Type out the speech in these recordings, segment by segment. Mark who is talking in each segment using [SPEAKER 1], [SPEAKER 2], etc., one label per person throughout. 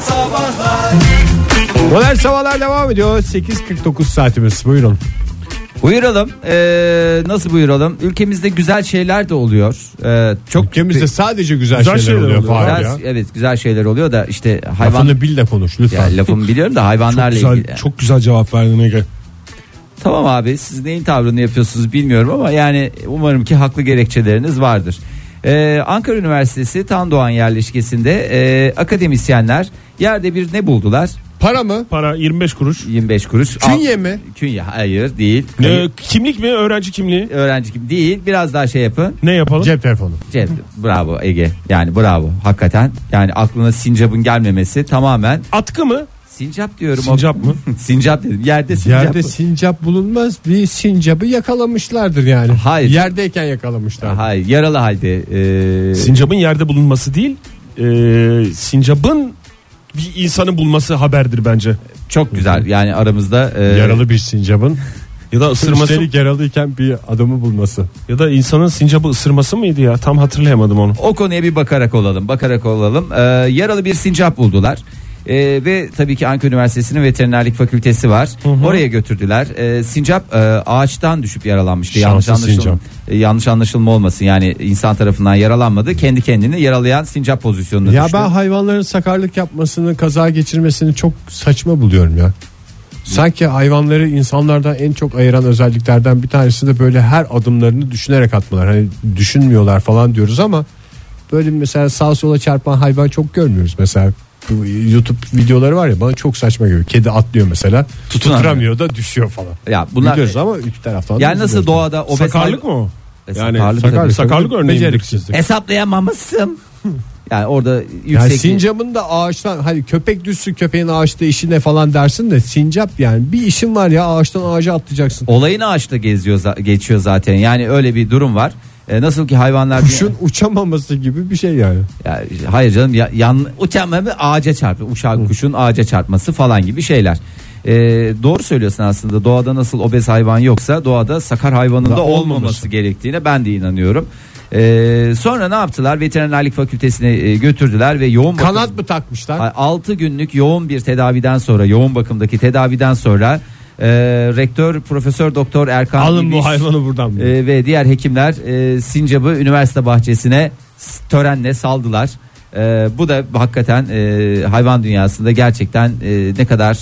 [SPEAKER 1] Sabahlar
[SPEAKER 2] Modern Sabahlar devam ediyor. 8.49 saatimiz. Buyurun.
[SPEAKER 3] Buyuralım. Ee, nasıl buyuralım? Ülkemizde güzel şeyler de oluyor. Ee, çok
[SPEAKER 2] Ülkemizde sadece güzel,
[SPEAKER 4] Güzel
[SPEAKER 2] şeyler,
[SPEAKER 4] şeyler
[SPEAKER 2] oluyor.
[SPEAKER 4] oluyor.
[SPEAKER 2] Fahir
[SPEAKER 3] güzel,
[SPEAKER 2] ya.
[SPEAKER 3] evet güzel şeyler oluyor da işte hayvan
[SPEAKER 2] Lafını bil de konuş
[SPEAKER 3] ya,
[SPEAKER 2] lütfen.
[SPEAKER 3] lafımı biliyorum da hayvanlarla
[SPEAKER 4] Güzel,
[SPEAKER 3] ilgili.
[SPEAKER 4] Çok güzel cevap verdin Ege.
[SPEAKER 3] Tamam abi siz neyin tavrını yapıyorsunuz bilmiyorum ama yani umarım ki haklı gerekçeleriniz vardır. Ee, Ankara Üniversitesi Tan Doğan yerleşkesinde e, akademisyenler yerde bir ne buldular?
[SPEAKER 2] Para mı?
[SPEAKER 4] Para 25 kuruş.
[SPEAKER 3] 25 kuruş.
[SPEAKER 2] Künye
[SPEAKER 3] Al-
[SPEAKER 2] mi?
[SPEAKER 3] Künye hayır değil.
[SPEAKER 4] Ee, kimlik mi? Öğrenci kimliği.
[SPEAKER 3] Öğrenci gibi değil. Biraz daha şey yapın.
[SPEAKER 4] Ne yapalım?
[SPEAKER 2] Cep telefonu.
[SPEAKER 3] Cep, Şey, bravo Ege. Yani bravo hakikaten. Yani aklına sincapın gelmemesi tamamen
[SPEAKER 4] Atkı mı?
[SPEAKER 3] sincap diyorum.
[SPEAKER 4] Sincap mı?
[SPEAKER 3] sincap dedim. Yerde sincap.
[SPEAKER 2] Yerde sincap bulunmaz. Bir sincabı yakalamışlardır yani.
[SPEAKER 3] Hayır.
[SPEAKER 2] Yerdeyken yakalamışlar.
[SPEAKER 3] Hayır, yaralı halde. Ee,
[SPEAKER 4] Sincap'ın yerde bulunması değil. ee, sincap'ın bir insanı bulması haberdir bence.
[SPEAKER 3] çok güzel. Yani aramızda ee,
[SPEAKER 2] Yaralı bir sincabın.
[SPEAKER 4] Ya da ısırması
[SPEAKER 2] Üstelik yaralıyken bir adamı bulması.
[SPEAKER 4] ya da insanın sincapı ısırması mıydı ya? Tam hatırlayamadım onu.
[SPEAKER 3] O konuya bir bakarak olalım. Bakarak olalım. Ee, yaralı bir sincap buldular. Ee, ve tabii ki Ankara Üniversitesi'nin veterinerlik fakültesi var. Oraya götürdüler. Ee, sincap e, ağaçtan düşüp yaralanmıştı.
[SPEAKER 2] Şanslı
[SPEAKER 3] yanlış anlaşılma,
[SPEAKER 2] sincap.
[SPEAKER 3] e, yanlış anlaşılma olmasın. Yani insan tarafından yaralanmadı. Kendi kendini yaralayan sincap pozisyonuna
[SPEAKER 2] Ya
[SPEAKER 3] düştü.
[SPEAKER 2] ben hayvanların sakarlık yapmasını, kaza geçirmesini çok saçma buluyorum ya. Sanki hayvanları insanlardan en çok ayıran özelliklerden bir tanesi de böyle her adımlarını düşünerek atmalar. Hani düşünmüyorlar falan diyoruz ama böyle mesela sağa sola çarpan hayvan çok görmüyoruz. Mesela bu YouTube videoları var ya bana çok saçma geliyor. Kedi atlıyor mesela
[SPEAKER 3] Tutunamıyor.
[SPEAKER 2] tuturamıyor da düşüyor falan.
[SPEAKER 3] Ya bunlar
[SPEAKER 2] Biliyoruz ama iki taraftan. da
[SPEAKER 3] yani nasıl
[SPEAKER 2] üzülüyoruz.
[SPEAKER 3] doğada obez
[SPEAKER 4] Sakarlık mı o?
[SPEAKER 3] E,
[SPEAKER 4] Yani
[SPEAKER 3] sakarlık
[SPEAKER 4] sakarlık,
[SPEAKER 3] tabii.
[SPEAKER 4] sakarlık örneği midir?
[SPEAKER 2] Beceriksizlik.
[SPEAKER 3] Hesaplayamamışsın. yani orada yüksek
[SPEAKER 2] Yani sincapın da ağaçtan hani köpek düşsün köpeğin ağaçta işine falan dersin de sincap yani bir işin var ya ağaçtan ağaca atlayacaksın.
[SPEAKER 3] olayın ağaçta geziyor za- geçiyor zaten. Yani öyle bir durum var. E, nasıl ki hayvanlar
[SPEAKER 2] Kuşun uçamaması gibi bir şey yani.
[SPEAKER 3] Ya, hayır canım ya, yan uçan bir ağaca çarpıyor. Uçan kuşun ağaca çarpması falan gibi şeyler. Ee, doğru söylüyorsun aslında doğada nasıl obez hayvan yoksa doğada sakar hayvanın da olmaması, gerektiğine ben de inanıyorum. Ee, sonra ne yaptılar veterinerlik fakültesine e, götürdüler ve yoğun bakım-
[SPEAKER 2] Kanat mı takmışlar?
[SPEAKER 3] 6 günlük yoğun bir tedaviden sonra yoğun bakımdaki tedaviden sonra e, rektör profesör doktor Erkan
[SPEAKER 4] Alın
[SPEAKER 3] İbiş,
[SPEAKER 4] bu hayvanı buradan.
[SPEAKER 3] e, ve diğer hekimler e, sincabı üniversite bahçesine s- törenle saldılar. E, bu da hakikaten e, hayvan dünyasında gerçekten e, ne kadar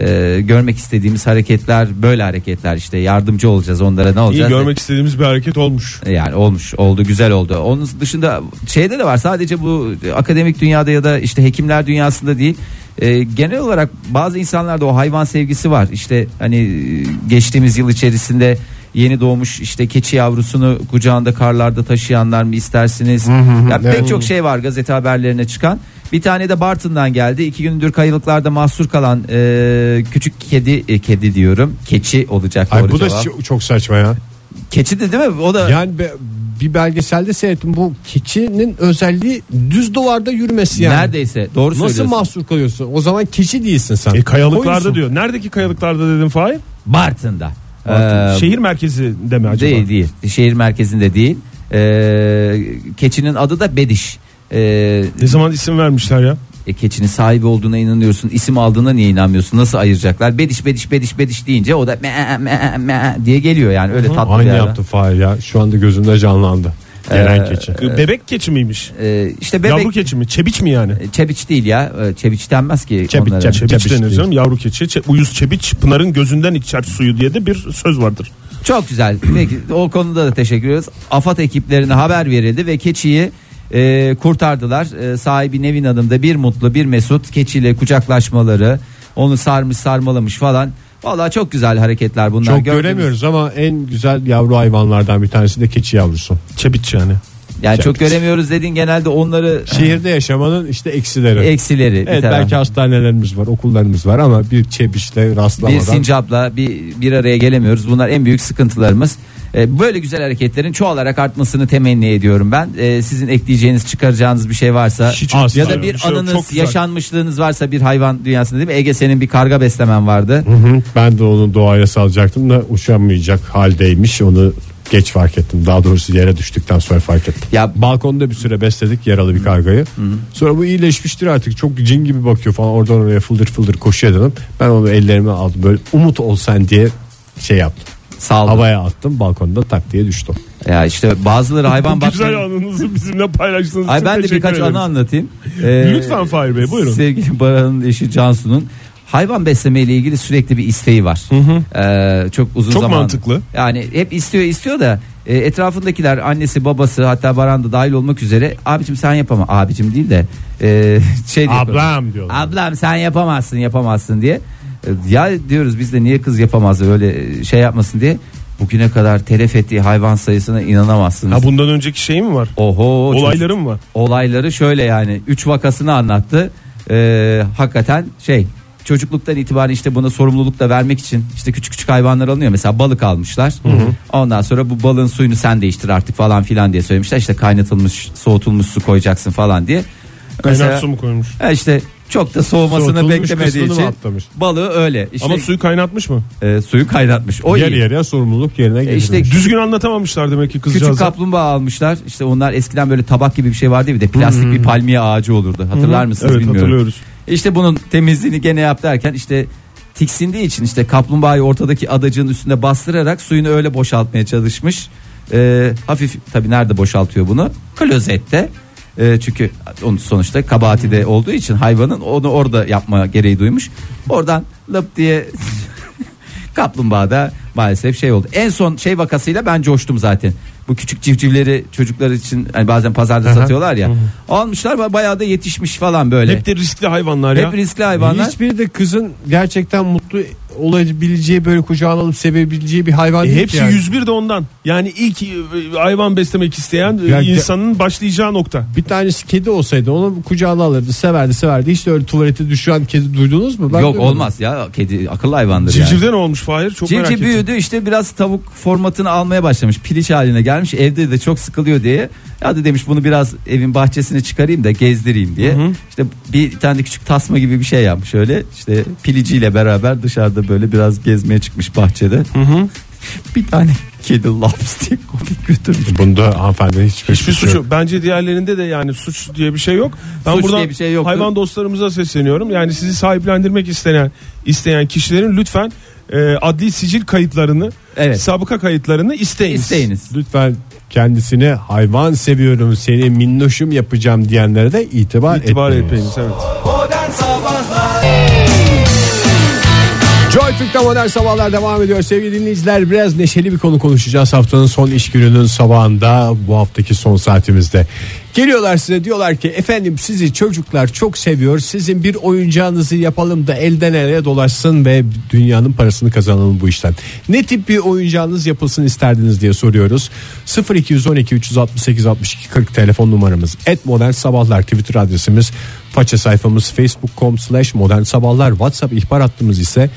[SPEAKER 3] e, görmek istediğimiz hareketler böyle hareketler işte yardımcı olacağız onlara ne
[SPEAKER 4] İyi
[SPEAKER 3] olacağız?
[SPEAKER 4] görmek istediğimiz bir hareket olmuş.
[SPEAKER 3] Yani olmuş oldu güzel oldu. Onun dışında şeyde de var sadece bu akademik dünyada ya da işte hekimler dünyasında değil. Ee, genel olarak bazı insanlarda o hayvan sevgisi var. İşte hani e, geçtiğimiz yıl içerisinde yeni doğmuş işte keçi yavrusunu kucağında karlarda taşıyanlar mı istersiniz? ya pek çok şey var gazete haberlerine çıkan. Bir tane de Bartın'dan geldi. İki gündür kayalıklarda mahsur kalan e, küçük kedi e, kedi diyorum. Keçi olacak
[SPEAKER 2] Ay
[SPEAKER 3] doğru
[SPEAKER 2] bu da
[SPEAKER 3] cevap.
[SPEAKER 2] çok- çok saçma ya.
[SPEAKER 3] Keçi de değil mi? O da
[SPEAKER 2] Yani be- bir belgeselde seyrettim bu keçinin özelliği düz duvarda yürümesi yani.
[SPEAKER 3] Neredeyse doğru
[SPEAKER 2] Nasıl
[SPEAKER 3] söylüyorsun.
[SPEAKER 2] mahsur kalıyorsun? O zaman keçi değilsin sen.
[SPEAKER 4] E, kayalıklarda
[SPEAKER 2] Koyunsun.
[SPEAKER 4] diyor. Neredeki kayalıklarda dedim Fahir?
[SPEAKER 3] Bartın'da. Ee,
[SPEAKER 4] Şehir merkezinde mi acaba?
[SPEAKER 3] Değil değil. Şehir merkezinde değil. Ee, keçinin adı da Bediş. Ee,
[SPEAKER 4] Ne zaman isim vermişler ya?
[SPEAKER 3] e, keçinin sahibi olduğuna inanıyorsun. İsim aldığına niye inanmıyorsun? Nasıl ayıracaklar? Bediş bediş bediş bediş deyince o da me me me diye geliyor yani öyle tatlı bir
[SPEAKER 2] Aynı
[SPEAKER 3] hayvan.
[SPEAKER 2] yaptı Fahir ya. Şu anda gözümde canlandı. Gelen keçi.
[SPEAKER 4] Bebek keçi miymiş?
[SPEAKER 3] Ee, işte bebek
[SPEAKER 4] Yavru keçi mi? Çebiç mi yani?
[SPEAKER 3] çebiç değil ya. Ee, Çebiç denmez ki
[SPEAKER 2] Çebiç,
[SPEAKER 3] onlara.
[SPEAKER 2] çebiç.
[SPEAKER 4] Çebiç, denir
[SPEAKER 2] değil.
[SPEAKER 4] canım, yavru keçi. Çe- uyuz çebiç Pınar'ın gözünden içer suyu diye de bir söz vardır.
[SPEAKER 3] Çok güzel. Peki o konuda da teşekkür ediyoruz. AFAD ekiplerine haber verildi ve keçiyi e, kurtardılar. E, sahibi Nevin Hanım da bir mutlu bir mesut keçiyle kucaklaşmaları, onu sarmış sarmalamış falan. Vallahi çok güzel hareketler bunlar.
[SPEAKER 2] Çok
[SPEAKER 3] Gördüğünüz-
[SPEAKER 2] göremiyoruz ama en güzel yavru hayvanlardan bir tanesi de keçi yavrusu.
[SPEAKER 4] Çebiç yani.
[SPEAKER 3] Yani çok
[SPEAKER 2] Şey-
[SPEAKER 3] göremiyoruz dediğin genelde onları
[SPEAKER 2] Şehirde yaşamanın işte eksileri.
[SPEAKER 3] eksileri bir
[SPEAKER 2] Şey- evet
[SPEAKER 3] taraf.
[SPEAKER 2] belki hastanelerimiz var, okullarımız var ama bir çebişle rastlamadan.
[SPEAKER 3] bir sincapla bir bir araya gelemiyoruz. Bunlar en büyük sıkıntılarımız. E, Böyle güzel hareketlerin çoğalarak artmasını temenni ediyorum ben. E, Sizin ekleyeceğiniz, çıkaracağınız bir şey varsa
[SPEAKER 4] Hiç
[SPEAKER 2] Asla
[SPEAKER 3] Ya da
[SPEAKER 4] yok.
[SPEAKER 3] bir
[SPEAKER 4] şey yok.
[SPEAKER 3] anınız,
[SPEAKER 4] Çok güzel.
[SPEAKER 3] yaşanmışlığınız varsa bir hayvan dünyasında değil mi? Ege senin bir karga beslemen vardı.
[SPEAKER 2] Hı hı, ben de onu doğaya salacaktım da uçamayacak haldeymiş. Onu geç fark ettim. Daha doğrusu yere düştükten sonra fark ettim.
[SPEAKER 3] Ya-
[SPEAKER 2] balkonda bir süre besledik yaralı bir kargayı. Sonra bu iyileşmiştir artık. Çok cin gibi bakıyor falan. Oradan oraya fıldır fıldır koşuyor dedim. Ben onu ellerime aldım. Böyle umut olsan diye şey yaptım.
[SPEAKER 3] Sağ olun.
[SPEAKER 2] Havaya attım balkonda tak diye düştü.
[SPEAKER 3] Ya işte bazıları hayvan
[SPEAKER 4] Bu güzel
[SPEAKER 3] bahçeleri.
[SPEAKER 4] anınızı bizimle paylaştığınız
[SPEAKER 3] Ay
[SPEAKER 4] için
[SPEAKER 3] ben de
[SPEAKER 4] teşekkür
[SPEAKER 3] birkaç
[SPEAKER 4] ederim.
[SPEAKER 3] anı anlatayım. Ee,
[SPEAKER 4] Lütfen Fahir Bey buyurun.
[SPEAKER 3] Sevgili Baran'ın eşi Cansu'nun hayvan besleme ile ilgili sürekli bir isteği var. Ee, çok uzun
[SPEAKER 4] Çok
[SPEAKER 3] zaman.
[SPEAKER 4] mantıklı.
[SPEAKER 3] Yani hep istiyor istiyor da e, etrafındakiler annesi babası hatta Baran da dahil olmak üzere abicim sen yapama abicim değil de e, şey diyor.
[SPEAKER 2] Ablam diyorlar.
[SPEAKER 3] Ablam sen yapamazsın yapamazsın diye. E, Ya diyoruz biz de niye kız yapamaz öyle e, şey yapmasın diye. Bugüne kadar telef ettiği hayvan sayısına inanamazsınız.
[SPEAKER 4] Ha bundan önceki şey mi var?
[SPEAKER 3] Oho. çocuk-
[SPEAKER 4] Olayları mı var?
[SPEAKER 3] olayları şöyle yani 3 vakasını anlattı. Ee, hakikaten şey çocukluktan itibaren işte buna sorumluluk da vermek için işte küçük küçük hayvanlar alınıyor. Mesela balık almışlar. Ondan sonra bu balığın suyunu sen değiştir artık falan filan diye söylemişler. İşte kaynatılmış, soğutulmuş su koyacaksın falan diye.
[SPEAKER 4] Kaynar
[SPEAKER 3] Mesela
[SPEAKER 4] su mu koymuş?
[SPEAKER 3] ha E işte çok da soğumasını
[SPEAKER 2] Soğutulmuş
[SPEAKER 3] beklemediği
[SPEAKER 2] kısmını
[SPEAKER 3] için
[SPEAKER 2] mı atlamış?
[SPEAKER 3] balığı öyle. İşte,
[SPEAKER 4] Ama suyu kaynatmış mı?
[SPEAKER 3] e, suyu kaynatmış. şey- O
[SPEAKER 2] Yer
[SPEAKER 3] iyi.
[SPEAKER 2] yere sorumluluk yerine
[SPEAKER 3] E işte
[SPEAKER 2] getirmiş.
[SPEAKER 4] Düzgün anlatamamışlar demek ki
[SPEAKER 3] Küçük
[SPEAKER 4] kızcağız.
[SPEAKER 3] kaplumbağa almışlar. İşte onlar eskiden böyle tabak gibi bir şey vardı ya bir de plastik bir palmiye ağacı olurdu. Hatırlar mısınız
[SPEAKER 4] Evet
[SPEAKER 3] bilmiyorum.
[SPEAKER 4] hatırlıyoruz.
[SPEAKER 3] İşte bunun temizliğini gene yap derken işte tiksindiği için işte kaplumbağayı ortadaki adacığın üstüne bastırarak suyunu öyle boşaltmaya çalışmış. Ee, hafif tabi nerede boşaltıyor bunu? Klozette. Ee, çünkü onun sonuçta kabahati de olduğu için hayvanın onu orada yapma gereği duymuş. Oradan lıp diye kaplumbağa da maalesef şey oldu. En son şey vakasıyla ben coştum zaten. Bu küçük civcivleri çocuklar için hani bazen pazarda satıyorlar ya. Almışlar bayağı da yetişmiş falan böyle.
[SPEAKER 4] Hep de riskli hayvanlar ya.
[SPEAKER 3] Hep riskli hayvanlar.
[SPEAKER 2] Hiçbiri de kızın gerçekten mutlu olabileceği böyle kucağına alıp sevebileceği bir hayvan
[SPEAKER 4] E
[SPEAKER 2] değil ki
[SPEAKER 4] hepsi
[SPEAKER 2] yani.
[SPEAKER 4] 101 de ondan. Yani ilk e, hayvan beslemek isteyen e,
[SPEAKER 2] Ya-
[SPEAKER 4] insanın başlayacağı nokta.
[SPEAKER 2] Bir tanesi kedi olsaydı onu kucağına alırdı severdi severdi. Hiç de öyle tuvalete düşen kedi duydunuz mu? Ben
[SPEAKER 3] Yok
[SPEAKER 2] duymadım.
[SPEAKER 3] olmaz ya kedi akıllı hayvandır yani.
[SPEAKER 4] Civcivde ne olmuş Fahir? Çok merak
[SPEAKER 3] Civciv
[SPEAKER 4] ettim.
[SPEAKER 3] büyüdü işte biraz tavuk formatını almaya başlamış. Piliç haline gelmiş. Evde de çok sıkılıyor diye. Ya da demiş bunu biraz evin bahçesine çıkarayım da gezdireyim diye. İşte bir tane de küçük tasma gibi bir şey yapmış öyle. İşte piliciyle beraber dışarıda böyle biraz gezmeye çıkmış bahçede. bir tane kedi laps diye komik götürmüş.
[SPEAKER 2] Bunda hanımefendi hiçbir,
[SPEAKER 4] Hiçbir
[SPEAKER 2] suçu
[SPEAKER 4] suçu. Bence diğerlerinde de yani suç diye bir şey yok. Ben
[SPEAKER 3] Suç
[SPEAKER 4] buradan
[SPEAKER 3] diye bir şey yoktur.
[SPEAKER 4] hayvan dostlarımıza sesleniyorum. Yani sizi sahiplendirmek isteyen isteyen kişilerin lütfen e, adli sicil kayıtlarını,
[SPEAKER 3] Evet.
[SPEAKER 4] sabıka kayıtlarını isteyiniz.
[SPEAKER 3] İsteyiniz.
[SPEAKER 2] Lütfen kendisine hayvan seviyorum seni minnoşum yapacağım diyenlere de itibar,
[SPEAKER 4] İtibar
[SPEAKER 2] etmeyin.
[SPEAKER 4] etmeyiniz evet.
[SPEAKER 2] Joy Türk'te modern sabahlar devam ediyor. Sevgili dinleyiciler biraz neşeli bir konu konuşacağız. Haftanın son iş gününün sabahında bu haftaki son saatimizde. Geliyorlar size diyorlar ki efendim sizi çocuklar çok seviyor. Sizin bir oyuncağınızı yapalım da elden ele dolaşsın ve dünyanın parasını kazanalım bu işten. Ne tip bir oyuncağınız yapılsın isterdiniz diye soruyoruz. 0212 368 62 40 telefon numaramız. Et modern sabahlar Twitter adresimiz. Faça sayfamız facebook.com slash modern sabahlar whatsapp ihbar hattımız ise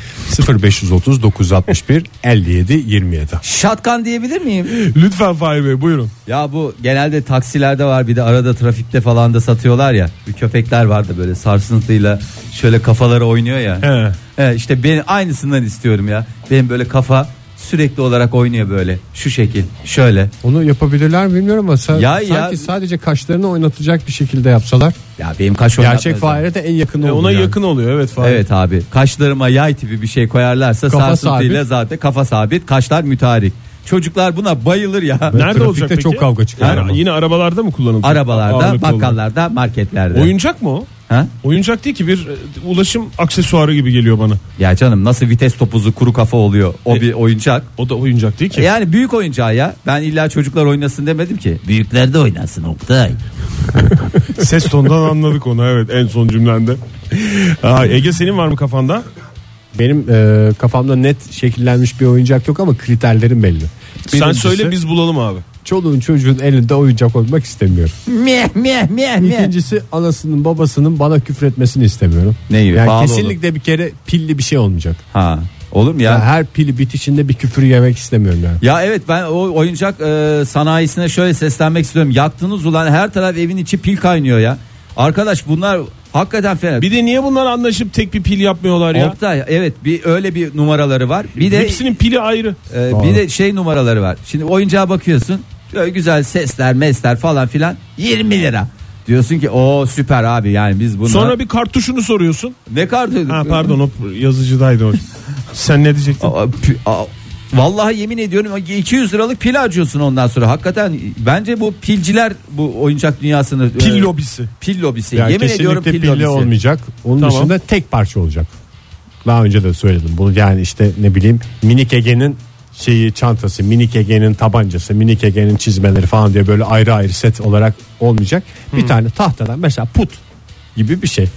[SPEAKER 2] 0530 961 57 27
[SPEAKER 3] Şatkan diyebilir miyim?
[SPEAKER 4] Lütfen Fahir Bey buyurun.
[SPEAKER 3] Ya bu genelde taksilerde var bir de arada trafikte falan da satıyorlar ya. Bir köpekler vardı böyle sarsıntıyla şöyle kafaları oynuyor ya.
[SPEAKER 4] He.
[SPEAKER 3] He, işte ben aynısından istiyorum ya. Benim böyle kafa sürekli olarak oynuyor böyle. Şu şekil şöyle.
[SPEAKER 2] Onu yapabilirler mi bilmiyorum ama sa-
[SPEAKER 3] Ya,
[SPEAKER 2] sanki
[SPEAKER 3] ya.
[SPEAKER 2] sadece kaşlarını oynatacak bir şekilde yapsalar.
[SPEAKER 3] Ya benim kaş
[SPEAKER 2] Gerçek
[SPEAKER 3] oynatmaz yani.
[SPEAKER 2] fare de en yakın
[SPEAKER 4] E,
[SPEAKER 2] oldu
[SPEAKER 4] ona
[SPEAKER 2] yani.
[SPEAKER 4] yakın oluyor evet Fahir.
[SPEAKER 3] Evet abi kaşlarıma yay tipi bir şey koyarlarsa
[SPEAKER 2] Kafa
[SPEAKER 3] sarsıntıyla zaten kafa sabit kaşlar mütarik. Çocuklar buna bayılır ya.
[SPEAKER 2] Ben-
[SPEAKER 4] Nerede
[SPEAKER 2] Trafikte
[SPEAKER 4] olacak peki?
[SPEAKER 2] çok kavga çıkıyor
[SPEAKER 4] Yani
[SPEAKER 2] ama.
[SPEAKER 4] yine arabalarda mı kullanılıyor?
[SPEAKER 3] Arabalarda,
[SPEAKER 4] Ağırlıklı olarak.
[SPEAKER 3] bakkallarda, marketlerde.
[SPEAKER 4] Oyuncak mı o?
[SPEAKER 3] Ha?
[SPEAKER 4] Oyuncak değil ki bir e, ulaşım aksesuarı gibi geliyor bana.
[SPEAKER 3] Ya canım nasıl vites topuzu kuru kafa oluyor o bir oyuncak.
[SPEAKER 4] O da oyuncak değil ki.
[SPEAKER 3] Yani büyük oyuncağı ya. Ben illa çocuklar oynasın demedim ki. Büyükler de oynasın Oktay.
[SPEAKER 4] Ses tonundan anladık onu evet en son cümlende. Aa, Ege senin var mı kafanda?
[SPEAKER 2] Benim e, kafamda net şekillenmiş bir oyuncak yok ama kriterlerim belli.
[SPEAKER 4] Sen
[SPEAKER 2] Birincisi,
[SPEAKER 4] söyle biz bulalım abi.
[SPEAKER 2] Çoluğun çocuğun elinde oyuncak olmak istemiyorum.
[SPEAKER 3] Meh meh meh meh.
[SPEAKER 2] İkincisi anasının babasının bana küfretmesini istemiyorum.
[SPEAKER 3] Ne gibi?
[SPEAKER 2] Yani
[SPEAKER 3] Pahalı
[SPEAKER 2] kesinlikle bir kere pilli bir şey olmayacak.
[SPEAKER 3] Ha. Olur mu ya?
[SPEAKER 2] Yani
[SPEAKER 3] Ya,
[SPEAKER 2] her pili bitişinde bir küfür yemek istemiyorum yani.
[SPEAKER 3] evet ben o oyuncak e, sanayisine şöyle seslenmek istiyorum. Yaktınız ulan her taraf evin içi pil kaynıyor ya. Arkadaş bunlar Hakikaten fena.
[SPEAKER 4] Bir de niye bunlar anlaşıp tek bir pil yapmıyorlar ya?
[SPEAKER 3] Oktay evet bir öyle bir numaraları var. Bir de
[SPEAKER 4] Hepsinin pili ayrı.
[SPEAKER 3] Ee,
[SPEAKER 2] Doğru.
[SPEAKER 3] bir de şey numaraları var. Şimdi oyuncağa bakıyorsun. Böyle güzel sesler, mesler falan filan 20 lira. Diyorsun ki o süper abi yani biz bunu
[SPEAKER 4] Sonra bir kartuşunu soruyorsun.
[SPEAKER 3] ne kartı?
[SPEAKER 4] Ha pardon o yazıcıdaydı o. Sen ne diyecektin?
[SPEAKER 3] Aa, pi- aa, Vallahi yemin ediyorum 200 liralık pil harcıyorsun ondan sonra. Hakikaten bence bu pilciler bu oyuncak dünyasını
[SPEAKER 4] Pil
[SPEAKER 3] e,
[SPEAKER 4] lobisi.
[SPEAKER 3] pil lobisi.
[SPEAKER 2] Yani
[SPEAKER 3] yemin ediyorum
[SPEAKER 2] kesinlikle
[SPEAKER 3] pil
[SPEAKER 2] pilli
[SPEAKER 3] lobisi.
[SPEAKER 2] olmayacak. Onun
[SPEAKER 4] Tamam.
[SPEAKER 2] dışında tek parça olacak. Daha önce de söyledim. Bunu yani işte ne bileyim minik Ege'nin şeyi çantası, minik Ege'nin tabancası, minik Ege'nin çizmeleri falan diye böyle ayrı ayrı set olarak olmayacak. Bir tane tahtadan mesela put gibi bir şey.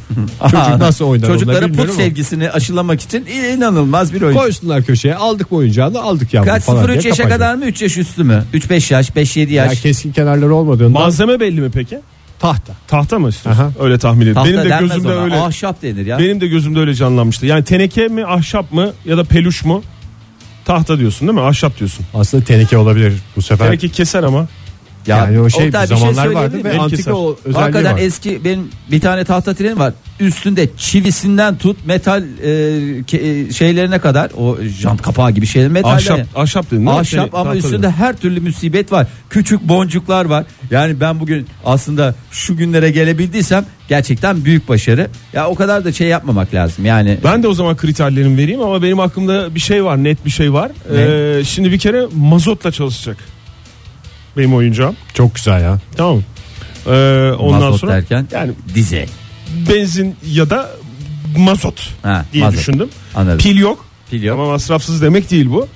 [SPEAKER 3] Aha,
[SPEAKER 2] Çocuk nasıl oynar onunla
[SPEAKER 3] Çocuklara put
[SPEAKER 2] bilmiyorum ama.
[SPEAKER 3] sevgisini aşılamak için inanılmaz bir oyun.
[SPEAKER 2] Koysunlar köşeye aldık bu oyuncağını aldık yavrum
[SPEAKER 3] Kaç
[SPEAKER 2] falan
[SPEAKER 3] 0
[SPEAKER 2] diye
[SPEAKER 3] 3 yaşa
[SPEAKER 2] kapatacak.
[SPEAKER 3] kadar mı? 3 yaş üstü mü? 3 5 yaş, 5 7
[SPEAKER 2] Ya
[SPEAKER 3] yaş.
[SPEAKER 2] keskin kenarları olmadığında
[SPEAKER 4] Malzeme belli mi peki?
[SPEAKER 2] tahta.
[SPEAKER 4] Tahta mı istiyorsun?
[SPEAKER 2] Aha.
[SPEAKER 4] Öyle tahmin ediyorum.
[SPEAKER 3] Tahta
[SPEAKER 4] Benim de
[SPEAKER 3] denmez
[SPEAKER 4] gözümde
[SPEAKER 3] ona.
[SPEAKER 4] öyle.
[SPEAKER 3] Ahşap denir ya.
[SPEAKER 4] Benim de gözümde öyle canlanmıştı. Yani teneke mi, ahşap mı ya da peluş mu? Tahta diyorsun değil mi? Ahşap diyorsun.
[SPEAKER 2] Aslında teneke olabilir bu sefer.
[SPEAKER 4] Teneke keser ama.
[SPEAKER 3] Ya,
[SPEAKER 2] yani o şey
[SPEAKER 3] Oktay, bir
[SPEAKER 2] zamanlar
[SPEAKER 3] söyleyebilir
[SPEAKER 2] vardı ve
[SPEAKER 3] miyim?
[SPEAKER 4] El keser.
[SPEAKER 2] antika o özelliği
[SPEAKER 3] Hakikaten
[SPEAKER 2] var.
[SPEAKER 3] eski benim bir tane tahta trenim var. Üstünde çivisinden tut metal e, ke- e, şeylerine kadar o jant kapağı gibi şeyler metal.
[SPEAKER 4] Ahşap, ahşap dedin değil mi?
[SPEAKER 3] Ahşap
[SPEAKER 4] Tene-
[SPEAKER 3] ama
[SPEAKER 4] tahta
[SPEAKER 3] üstünde
[SPEAKER 4] dedin.
[SPEAKER 3] her türlü musibet var. Küçük boncuklar var. Yani ben bugün aslında şu günlere gelebildiysem gerçekten büyük başarı. Ya o kadar da şey yapmamak lazım. Yani
[SPEAKER 4] Ben de o zaman kriterlerimi vereyim ama benim aklımda bir şey var net bir şey var. Ee, şimdi bir kere mazotla çalışacak benim oyuncağım.
[SPEAKER 2] Çok güzel ya.
[SPEAKER 4] Tamam. Ee, ondan
[SPEAKER 3] mazot
[SPEAKER 4] sonra
[SPEAKER 3] derken
[SPEAKER 4] yani
[SPEAKER 3] dize.
[SPEAKER 4] benzin ya da mazot
[SPEAKER 3] Ha,
[SPEAKER 4] diye
[SPEAKER 3] mazot.
[SPEAKER 4] düşündüm.
[SPEAKER 3] Anladım.
[SPEAKER 4] Pil yok.
[SPEAKER 3] Pil yok.
[SPEAKER 4] Ama masrafsız demek değil bu.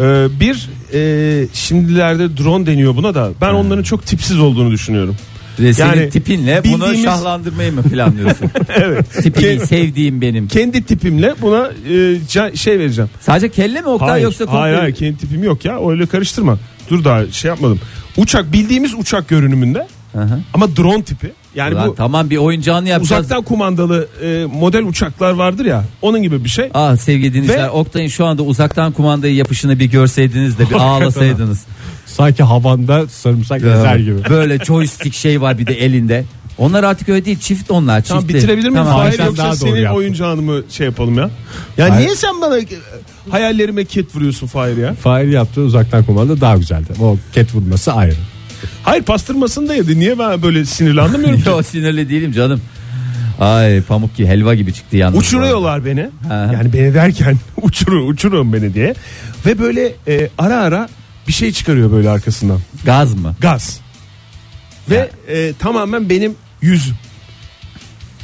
[SPEAKER 4] Ee, bir e, şimdilerde drone deniyor buna da ben
[SPEAKER 3] Hmm.
[SPEAKER 4] onların çok tipsiz olduğunu düşünüyorum.
[SPEAKER 3] Ve senin
[SPEAKER 4] Yani
[SPEAKER 3] tipinle bunu
[SPEAKER 4] bildiğimiz-
[SPEAKER 3] şahlandırmayı mı planlıyorsun? evet. Tipini sevdiğim benim.
[SPEAKER 4] Kendi tipimle buna e, ca- şey vereceğim.
[SPEAKER 3] Sadece kelle mi Oktay
[SPEAKER 4] hayır,
[SPEAKER 3] yoksa komple
[SPEAKER 4] hayır, hayır kendi tipim yok ya öyle karıştırma. Dur daha şey yapmadım. Uçak bildiğimiz uçak görünümünde
[SPEAKER 3] Hı hı.
[SPEAKER 4] ama drone tipi. Yani
[SPEAKER 3] Ulan
[SPEAKER 4] bu
[SPEAKER 3] tamam bir oyuncağını yapacağız.
[SPEAKER 4] uzaktan kumandalı e, model uçaklar vardır ya onun gibi bir şey.
[SPEAKER 3] Ah sevgili dinleyiciler
[SPEAKER 4] Ve-
[SPEAKER 3] Oktay'ın şu anda uzaktan kumandayı yapışını bir görseydiniz de bir ağlasaydınız.
[SPEAKER 2] Sanki havanda sarımsak ezer gibi.
[SPEAKER 3] Böyle joystick şey var bir de elinde. Onlar artık öyle değil çift onlar çiftli.
[SPEAKER 4] Tamam bitirebilir miyiz?
[SPEAKER 3] Tamam.
[SPEAKER 4] Hayır
[SPEAKER 2] Sen
[SPEAKER 4] yoksa
[SPEAKER 2] daha doğru
[SPEAKER 4] senin
[SPEAKER 2] yaptın.
[SPEAKER 4] oyuncağını mı şey yapalım ya? Ya
[SPEAKER 2] Hayır.
[SPEAKER 4] niye sen bana e, hayallerime ket vuruyorsun Fahir ya?
[SPEAKER 2] Fahir yaptığı uzaktan kumanda daha güzeldi. O ket vurması ayrı.
[SPEAKER 4] Hayır pastırmasını da yedi. Niye ben böyle sinirlendim diyorum ki?
[SPEAKER 3] Yo, sinirli değilim canım. Ay pamuk gibi helva gibi çıktı yalnız.
[SPEAKER 4] Uçuruyorlar beni.
[SPEAKER 3] Ha.
[SPEAKER 4] Yani beni derken uçurun uçurun beni diye. Ve böyle e, ara ara bir şey çıkarıyor böyle arkasından.
[SPEAKER 3] Gaz mı?
[SPEAKER 4] Gaz. Ve e, tamamen benim yüzüm.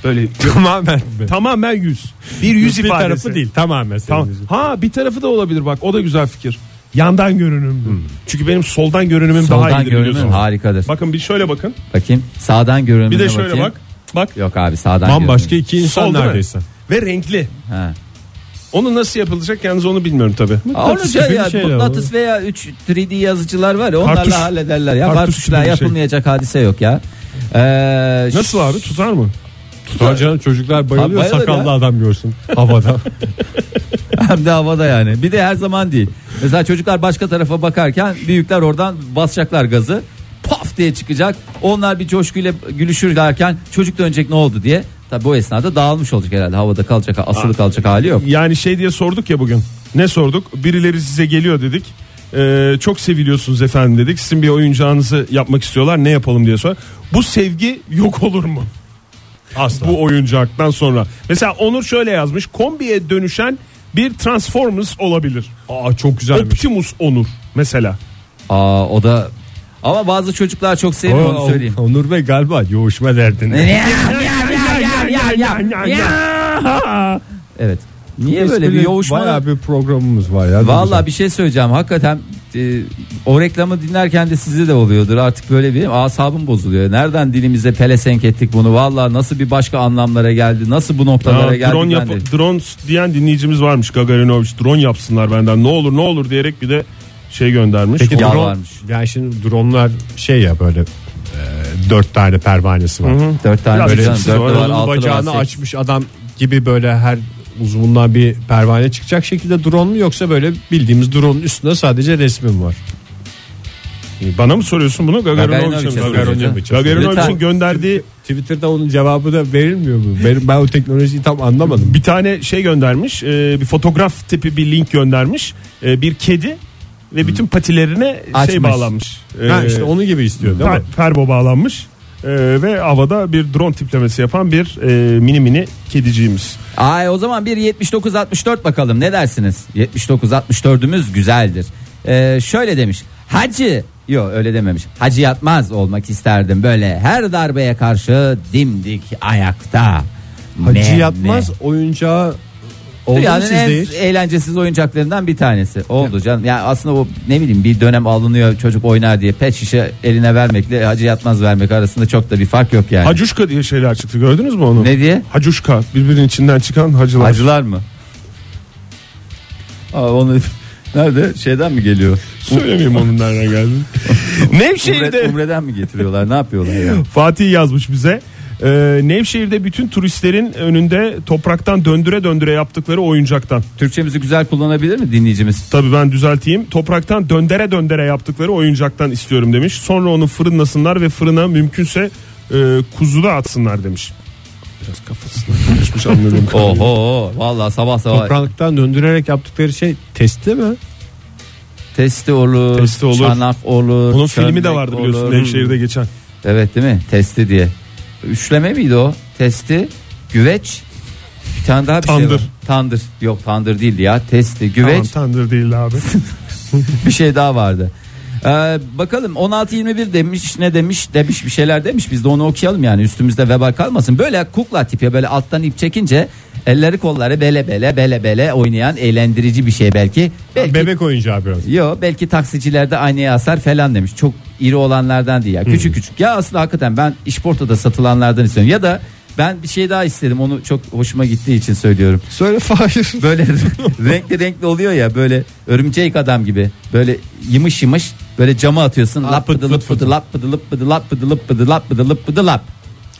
[SPEAKER 4] Böyle
[SPEAKER 2] Tamamen
[SPEAKER 4] tamamen yüz. Bir yüz
[SPEAKER 2] bir
[SPEAKER 4] ifadesi.
[SPEAKER 2] tarafı değil tamamen senin
[SPEAKER 4] Tamam.
[SPEAKER 2] yüzün.
[SPEAKER 4] Ha bir tarafı da olabilir bak o da güzel fikir. Yandan görünüm. Çünkü benim soldan görünümüm daha
[SPEAKER 3] Soldan
[SPEAKER 4] iyidir
[SPEAKER 3] görünüm
[SPEAKER 4] biliyorsunuz.
[SPEAKER 3] harikadır.
[SPEAKER 4] Bakın bir şöyle bakın.
[SPEAKER 3] Bakayım sağdan görünümüne
[SPEAKER 4] Bir de şöyle
[SPEAKER 3] bakayım.
[SPEAKER 4] bak. Bak
[SPEAKER 3] Yok abi sağdan
[SPEAKER 2] Bambaşka
[SPEAKER 3] görünüm.
[SPEAKER 2] iki insan
[SPEAKER 4] Sol değil mi?
[SPEAKER 2] neredeyse.
[SPEAKER 4] ve renkli.
[SPEAKER 3] Ha.
[SPEAKER 4] Onu nasıl yapılacak yalnız onu bilmiyorum tabi.
[SPEAKER 3] Aa, Onu
[SPEAKER 2] Mıknatıs gibi
[SPEAKER 3] şey ya,
[SPEAKER 2] bir şeyler
[SPEAKER 3] mıknatıs veya 3 3D yazıcılar var ya onlarla
[SPEAKER 4] Kartuş.
[SPEAKER 3] hallederler. Ya
[SPEAKER 4] Kartuş
[SPEAKER 3] kartuşla
[SPEAKER 4] gibi bir şey.
[SPEAKER 3] yapılmayacak hadise yok ya. Ee,
[SPEAKER 4] Nasıl abi tutar mı?
[SPEAKER 2] Sonra canım çocuklar bayılıyor
[SPEAKER 3] Ha, bayılır
[SPEAKER 2] sakallı
[SPEAKER 3] ya.
[SPEAKER 2] adam görsün havada.
[SPEAKER 3] Hem de havada yani. Bir de her zaman değil. Mesela çocuklar başka tarafa bakarken büyükler oradan basacaklar gazı. Paf diye çıkacak. Onlar bir coşkuyla gülüşürlerken çocuk dönecek ne oldu diye. Tabi bu esnada dağılmış olacak herhalde. Havada kalacak, asılı kalacak hali yok.
[SPEAKER 4] Yani şey diye sorduk ya bugün. Ne sorduk? Birileri size geliyor dedik. Ee, çok seviliyorsunuz efendim dedik. Sizin bir oyuncağınızı yapmak istiyorlar. Ne yapalım diye sor. Bu sevgi yok olur mu?
[SPEAKER 2] Asla.
[SPEAKER 4] Bu oyuncaktan sonra. Mesela Onur şöyle yazmış. Kombiye dönüşen bir Transformers olabilir.
[SPEAKER 2] Aa çok güzelmiş.
[SPEAKER 4] Optimus Onur mesela.
[SPEAKER 3] Aa o da ama bazı çocuklar çok seviyor onu
[SPEAKER 2] Oo,
[SPEAKER 3] söyleyeyim.
[SPEAKER 2] Onur Bey galiba yoğuşma derdinde.
[SPEAKER 3] Evet. Niye böyle bir yoğuşma?
[SPEAKER 2] Baya bir programımız var ya.
[SPEAKER 3] Valla bir şey söyleyeceğim. Hakikaten e, o reklamı dinlerken de sizde de oluyordur. Artık böyle bir asabım bozuluyor. Nereden dilimize pelesenk ettik bunu? Valla nasıl bir başka anlamlara geldi? Nasıl bu noktalara
[SPEAKER 4] Aa,
[SPEAKER 3] geldi?
[SPEAKER 4] drone,
[SPEAKER 3] ben
[SPEAKER 4] yap-
[SPEAKER 3] de-
[SPEAKER 4] drone diyen dinleyicimiz varmış Gagarinovic. Drone yapsınlar benden. Ne olur ne olur diyerek bir de şey göndermiş.
[SPEAKER 2] Peki
[SPEAKER 3] Yağ
[SPEAKER 2] drone,
[SPEAKER 3] varmış.
[SPEAKER 2] yani şimdi dronlar şey ya böyle e, dört tane pervanesi var.
[SPEAKER 3] Dört tane
[SPEAKER 4] Biraz
[SPEAKER 3] böyle
[SPEAKER 4] hepsi
[SPEAKER 3] dört
[SPEAKER 4] var.
[SPEAKER 3] de var,
[SPEAKER 4] Onun
[SPEAKER 3] altı da
[SPEAKER 2] Kolunu
[SPEAKER 3] var,
[SPEAKER 2] bacağını
[SPEAKER 3] sekiz.
[SPEAKER 2] açmış adam gibi böyle her uzvundan bir pervane çıkacak şekilde drone mu yoksa böyle bildiğimiz drone'un üstünde sadece resmi mi var?
[SPEAKER 4] Ee, Bana mı soruyorsun bunu? Gagarinovic'e mi?
[SPEAKER 3] Gagarinovic'e
[SPEAKER 4] Gagarinovic'e.
[SPEAKER 3] soruyorsun.
[SPEAKER 4] Gagarinovic'in
[SPEAKER 3] Lütfen.
[SPEAKER 4] gönderdiği
[SPEAKER 2] Twitter'da onun cevabı da verilmiyor mu? Ben, ben o teknolojiyi tam anlamadım.
[SPEAKER 4] bir tane şey göndermiş. e, bir fotoğraf tipi bir link göndermiş. E, bir kedi ve bütün patilerine şey
[SPEAKER 3] Hmm. Açmış.
[SPEAKER 4] bağlanmış.
[SPEAKER 2] Ha
[SPEAKER 4] E,
[SPEAKER 2] işte onu gibi istiyor değil
[SPEAKER 4] per-
[SPEAKER 2] mi?
[SPEAKER 4] perbo bağlanmış. E, ve havada bir drone tiplemesi yapan bir e, mini mini kediciğimiz.
[SPEAKER 3] Ay o zaman bir 79 64 bakalım ne dersiniz? 79 64'ümüz güzeldir. Ee, şöyle demiş. Hacı Yo öyle dememiş. Hacı yatmaz olmak isterdim böyle her darbeye karşı dimdik ayakta.
[SPEAKER 2] Hacı
[SPEAKER 3] Me-
[SPEAKER 2] yatmaz
[SPEAKER 3] me.
[SPEAKER 2] oyuncağı oldu mu
[SPEAKER 3] Dünyanın en
[SPEAKER 2] sizde hiç?
[SPEAKER 3] eğlencesiz oyuncaklarından bir tanesi. Oldu canım. Yani aslında o ne bileyim bir dönem alınıyor çocuk oynar diye pet şişe eline vermekle hacı yatmaz vermek arasında çok da bir fark yok yani.
[SPEAKER 4] Hacuşka diye şeyler çıktı gördünüz mü onu?
[SPEAKER 3] Ne diye?
[SPEAKER 4] Hacuşka birbirinin içinden çıkan hacılar.
[SPEAKER 3] Hacılar mı? Aa, onu nerede? Şeyden mi geliyor?
[SPEAKER 4] Söylemeyeyim onun nereden geldi.
[SPEAKER 3] Umre,
[SPEAKER 4] Nevşehir'de
[SPEAKER 3] umreden mi getiriyorlar? Ne yapıyorlar ya?
[SPEAKER 4] Fatih yazmış bize. Ee, Nevşehir'de bütün turistlerin önünde topraktan döndüre döndüre yaptıkları oyuncaktan.
[SPEAKER 3] Türkçemizi güzel kullanabilir mi dinleyicimiz?
[SPEAKER 4] Tabii ben düzelteyim. Topraktan döndere döndere yaptıkları oyuncaktan istiyorum demiş. Sonra onu fırınlasınlar ve fırına mümkünse e, kuzu da atsınlar demiş. Biraz kafasına karışmış anladım.
[SPEAKER 3] Oho vallahi sabah sabah
[SPEAKER 2] Topraktan döndürerek yaptıkları şey testi mi?
[SPEAKER 3] testi olur,
[SPEAKER 4] Testi olur.
[SPEAKER 3] çanak olur.
[SPEAKER 4] Onun filmi de
[SPEAKER 3] çömlek
[SPEAKER 4] vardı
[SPEAKER 3] olur.
[SPEAKER 4] biliyorsun
[SPEAKER 2] Hmm.
[SPEAKER 4] Nevşehir'de geçen.
[SPEAKER 3] Evet değil mi? Testi diye. Üçleme miydi o? Testi, güveç, bir tane daha bir şey
[SPEAKER 4] Tandır.
[SPEAKER 3] var. Tandır. Yok tandır değildi ya. Testi,
[SPEAKER 4] Tamam
[SPEAKER 3] güveç,
[SPEAKER 4] tandır değil abi.
[SPEAKER 3] bir şey daha vardı. Ee, bakalım 16-21 demiş ne demiş demiş bir şeyler demiş biz de onu okuyalım yani üstümüzde vebal kalmasın. Böyle kukla tip ya böyle alttan ip çekince elleri kolları bele bele bele bele oynayan eğlendirici bir şey belki. Belki
[SPEAKER 2] Bebek oyuncağı biraz.
[SPEAKER 3] Yo belki taksicilerde aynaya asar falan demiş. Çok iri olanlardan değil ya. Küçük küçük. Ya aslında hakikaten ben işportada satılanlardan istiyorum. Ya da ben bir şey daha istedim. Onu çok hoşuma gittiği için söylüyorum.
[SPEAKER 2] Söyle Fahir.
[SPEAKER 3] Böyle renkli renkli oluyor ya böyle örümcek adam gibi. Böyle yımış yımış böyle cama atıyorsun. Lap
[SPEAKER 2] pıt
[SPEAKER 3] pıdı
[SPEAKER 2] pıt
[SPEAKER 3] lap pıdı lap pıdı lap pıdı lap pıdı lap pıdı lap pıdı lap pıdı lap.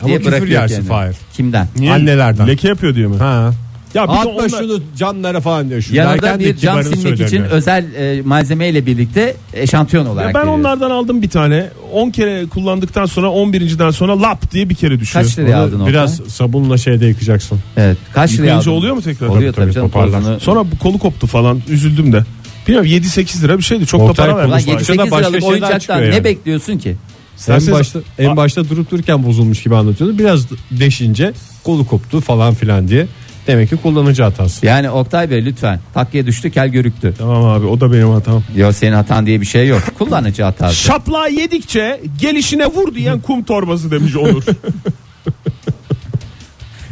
[SPEAKER 2] Ama küfür yersin Fahir.
[SPEAKER 3] Kimden?
[SPEAKER 4] Niye?
[SPEAKER 2] Annelerden.
[SPEAKER 4] Leke yapıyor diyor mu?
[SPEAKER 2] Ha.
[SPEAKER 4] Ya bir de
[SPEAKER 2] Atma
[SPEAKER 4] onlar-
[SPEAKER 2] şunu camlara falan diyor. Şu derken
[SPEAKER 3] Yanında
[SPEAKER 2] de
[SPEAKER 3] bir cam
[SPEAKER 2] kibarını
[SPEAKER 3] silmek için
[SPEAKER 2] söylemiyor.
[SPEAKER 3] özel e, malzemeyle birlikte eşantiyon olarak
[SPEAKER 4] Ya ben
[SPEAKER 3] veriyorum.
[SPEAKER 4] onlardan aldım bir tane. 10 kere kullandıktan sonra 11.den sonra lap diye bir kere düşüyor.
[SPEAKER 3] Kaç liraya
[SPEAKER 2] Onu
[SPEAKER 3] aldın orada?
[SPEAKER 2] Biraz sabunla şeyde yıkacaksın.
[SPEAKER 3] Evet. Kaç liraya
[SPEAKER 4] Yıkayınca
[SPEAKER 3] aldın?
[SPEAKER 4] oluyor mu tekrar?
[SPEAKER 3] Oluyor tabii, canım.
[SPEAKER 4] toparlar.
[SPEAKER 3] Tozunu-
[SPEAKER 4] Sonra bu kolu koptu falan. Üzüldüm de. Bilmiyorum 7-8 lira bir şeydi. Çok
[SPEAKER 2] Oktay
[SPEAKER 4] da para
[SPEAKER 2] kullan-
[SPEAKER 3] Ulan
[SPEAKER 4] vermiş.
[SPEAKER 2] Başka
[SPEAKER 3] 7-8
[SPEAKER 2] da başka
[SPEAKER 3] liralık
[SPEAKER 2] şeyler
[SPEAKER 3] oyuncaktan
[SPEAKER 2] çıkıyor
[SPEAKER 3] ne
[SPEAKER 2] yani.
[SPEAKER 3] bekliyorsun ki?
[SPEAKER 2] En
[SPEAKER 4] Sen-
[SPEAKER 2] başta, en başta durup dururken bozulmuş gibi anlatıyordu. Biraz deşince kolu koptu falan filan diye. Demek ki kullanıcı hatası.
[SPEAKER 3] Yani Oktay Bey lütfen takkiye düştü kel görüktü.
[SPEAKER 4] Tamam abi o da benim hatam.
[SPEAKER 3] Yo senin hatan diye bir şey yok. Kullanıcı hatası.
[SPEAKER 4] Şapla yedikçe gelişine vur diyen kum torbası demiş Onur.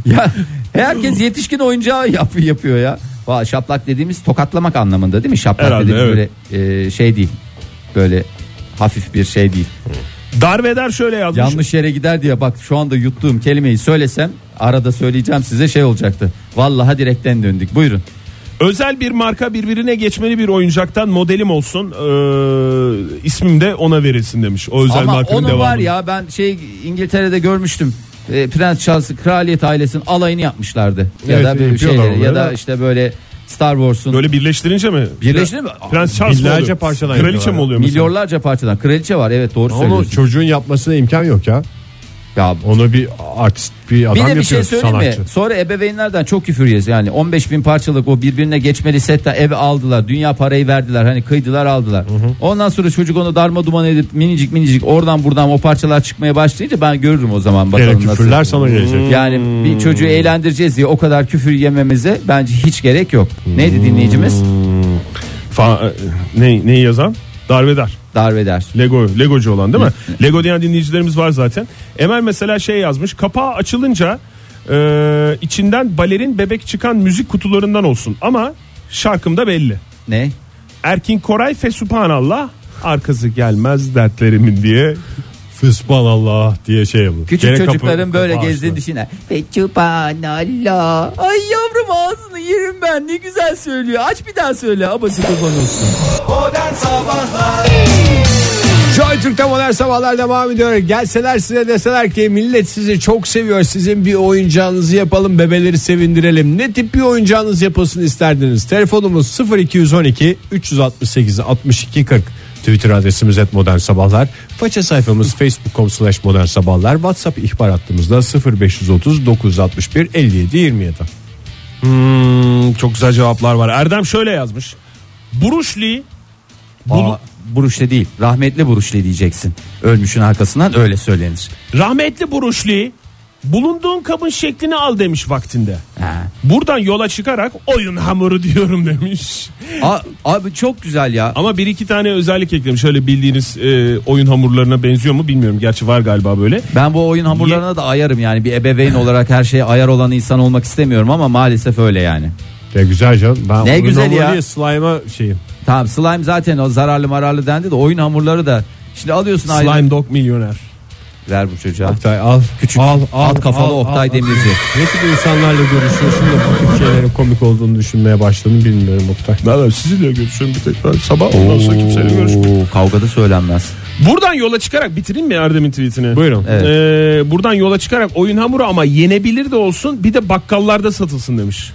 [SPEAKER 3] ya herkes yetişkin oyuncağı yap, yapıyor ya. Valla şaplak dediğimiz tokatlamak anlamında değil mi? Şaplak
[SPEAKER 4] Herhalde,
[SPEAKER 3] dediğimiz böyle e, şey değil. Böyle hafif bir şey değil.
[SPEAKER 4] Darveder şöyle yazmış.
[SPEAKER 3] Yanlış yere gider diye bak şu anda yuttuğum kelimeyi söylesem arada söyleyeceğim size şey olacaktı. Vallahi direkten döndük. Buyurun.
[SPEAKER 4] Özel bir marka birbirine geçmeli bir oyuncaktan modelim olsun. Ee, ismim de ona verilsin demiş. O özel
[SPEAKER 3] Ama
[SPEAKER 4] markanın
[SPEAKER 3] onun
[SPEAKER 4] devamı.
[SPEAKER 3] var ya ben şey İngiltere'de görmüştüm. E, Prens Charles'ın kraliyet ailesinin alayını yapmışlardı.
[SPEAKER 2] Evet,
[SPEAKER 3] ya da böyle
[SPEAKER 2] yapıyorlar
[SPEAKER 3] şeyleri
[SPEAKER 2] onu
[SPEAKER 3] ya
[SPEAKER 2] ya.
[SPEAKER 3] da işte böyle Star Wars'un
[SPEAKER 4] Böyle birleştirince mi?
[SPEAKER 3] birleşti mi?
[SPEAKER 4] Prens Charles mı
[SPEAKER 2] Binlerce
[SPEAKER 4] oluyor?
[SPEAKER 2] parçadan
[SPEAKER 4] Kraliçe
[SPEAKER 2] yapıyorlar.
[SPEAKER 4] mi oluyor mesela?
[SPEAKER 3] Milyonlarca parçadan. Kraliçe var evet doğru
[SPEAKER 2] Onu
[SPEAKER 3] söylüyorsun.
[SPEAKER 2] çocuğun yapmasına imkan yok ya.
[SPEAKER 3] Ya,
[SPEAKER 2] Onu bir artist bir adam
[SPEAKER 3] bir de bir
[SPEAKER 2] yapıyor
[SPEAKER 3] şey söyleyeyim
[SPEAKER 2] sanatçı.
[SPEAKER 3] mi? Sonra ebeveynlerden çok küfür yeriz yani. 15 bin parçalık o birbirine geçmeli sette eve aldılar. Dünya parayı verdiler. Hani kıydılar aldılar. Ondan sonra çocuk onu darma duman edip minicik minicik oradan buradan o parçalar çıkmaya başlayınca ben görürüm o zaman bakalım
[SPEAKER 2] Gene
[SPEAKER 3] nasıl.
[SPEAKER 2] küfürler Hmm. sana gelecek.
[SPEAKER 3] Yani bir çocuğu eğlendireceğiz diye o kadar küfür yememize bence hiç gerek yok. Neydi dinleyicimiz?
[SPEAKER 2] Hmm.
[SPEAKER 4] Fa- ne, neyi yazan? Darveder.
[SPEAKER 3] Darveder.
[SPEAKER 4] Lego, Legocu olan değil mi? Lego diyen dinleyicilerimiz var zaten. Emel mesela şey yazmış. Kapağı açılınca e, içinden balerin bebek çıkan müzik kutularından olsun. Ama şarkım da belli.
[SPEAKER 3] Ne?
[SPEAKER 4] Erkin Koray fe subhanallah arkası gelmez dertlerimin diye.
[SPEAKER 2] Fısman Allah diye şey yapıyor.
[SPEAKER 3] Küçük
[SPEAKER 2] Gene kapı-
[SPEAKER 3] çocukların böyle
[SPEAKER 2] kapağı
[SPEAKER 3] gezdiğini
[SPEAKER 2] açtı.
[SPEAKER 3] düşüne. Feçubanallah. Ay yavrum ağzını yerim ben ne güzel söylüyor. Aç bir daha söyle abası kurban olsun.
[SPEAKER 2] Joy Türk'te modern sabahlar devam ediyor. Gelseler size deseler ki millet sizi çok seviyor. Sizin bir oyuncağınızı yapalım bebeleri sevindirelim. Ne tip bir oyuncağınız yapılsın isterdiniz? Telefonumuz 0212 368 62 40 Twitter adresimiz et modern sabahlar. Faça sayfamız facebook.com slash modern sabahlar. WhatsApp ihbar hattımızda 0530 961 57 27.
[SPEAKER 4] Hmm, çok güzel cevaplar var. Erdem şöyle yazmış. Buruşli
[SPEAKER 3] Aa, Buruşli değil rahmetli Buruşli diyeceksin. Ölmüşün arkasından öyle söylenir.
[SPEAKER 4] Rahmetli Buruşli bulunduğun kabın şeklini al demiş vaktinde.
[SPEAKER 3] Ha.
[SPEAKER 4] Buradan yola çıkarak oyun hamuru diyorum demiş.
[SPEAKER 3] Aa, abi çok güzel ya.
[SPEAKER 4] Ama bir iki tane özellik eklemiş. Şöyle bildiğiniz e, oyun hamurlarına benziyor mu bilmiyorum. Gerçi var galiba böyle.
[SPEAKER 3] Ben bu oyun hamurlarına da ayarım yani bir ebeveyn olarak her şeye ayar olan insan olmak istemiyorum ama maalesef öyle yani.
[SPEAKER 2] Ne güzel canım. Ben
[SPEAKER 3] Ne
[SPEAKER 2] oyun
[SPEAKER 3] güzel
[SPEAKER 2] hamuru
[SPEAKER 3] ya.
[SPEAKER 2] diye Slime'a şeyim.
[SPEAKER 3] Tamam slime zaten o zararlı mararlı dendi de oyun hamurları da şimdi alıyorsun ayrı
[SPEAKER 4] Slime Dog Milyoner.
[SPEAKER 3] ver bu çocuğa.
[SPEAKER 2] Oktay al.
[SPEAKER 3] Küçük
[SPEAKER 2] al, al,
[SPEAKER 3] alt kafalı
[SPEAKER 2] al,
[SPEAKER 3] Oktay
[SPEAKER 2] al.
[SPEAKER 3] Demirci.
[SPEAKER 2] Ne tip insanlarla görüşüyorsun da bu tip şeylerin komik olduğunu düşünmeye başladım bilmiyorum Oktay.
[SPEAKER 4] Nerede sizinle görüşüyorum bir tek ben sabah
[SPEAKER 3] Oo, Kavgada söylenmez.
[SPEAKER 4] Buradan yola çıkarak bitireyim mi Erdem'in tweetini?
[SPEAKER 2] Buyurun.
[SPEAKER 3] Evet.
[SPEAKER 4] Ee, buradan yola çıkarak oyun hamuru ama yenebilir de olsun bir de bakkallarda satılsın demiş.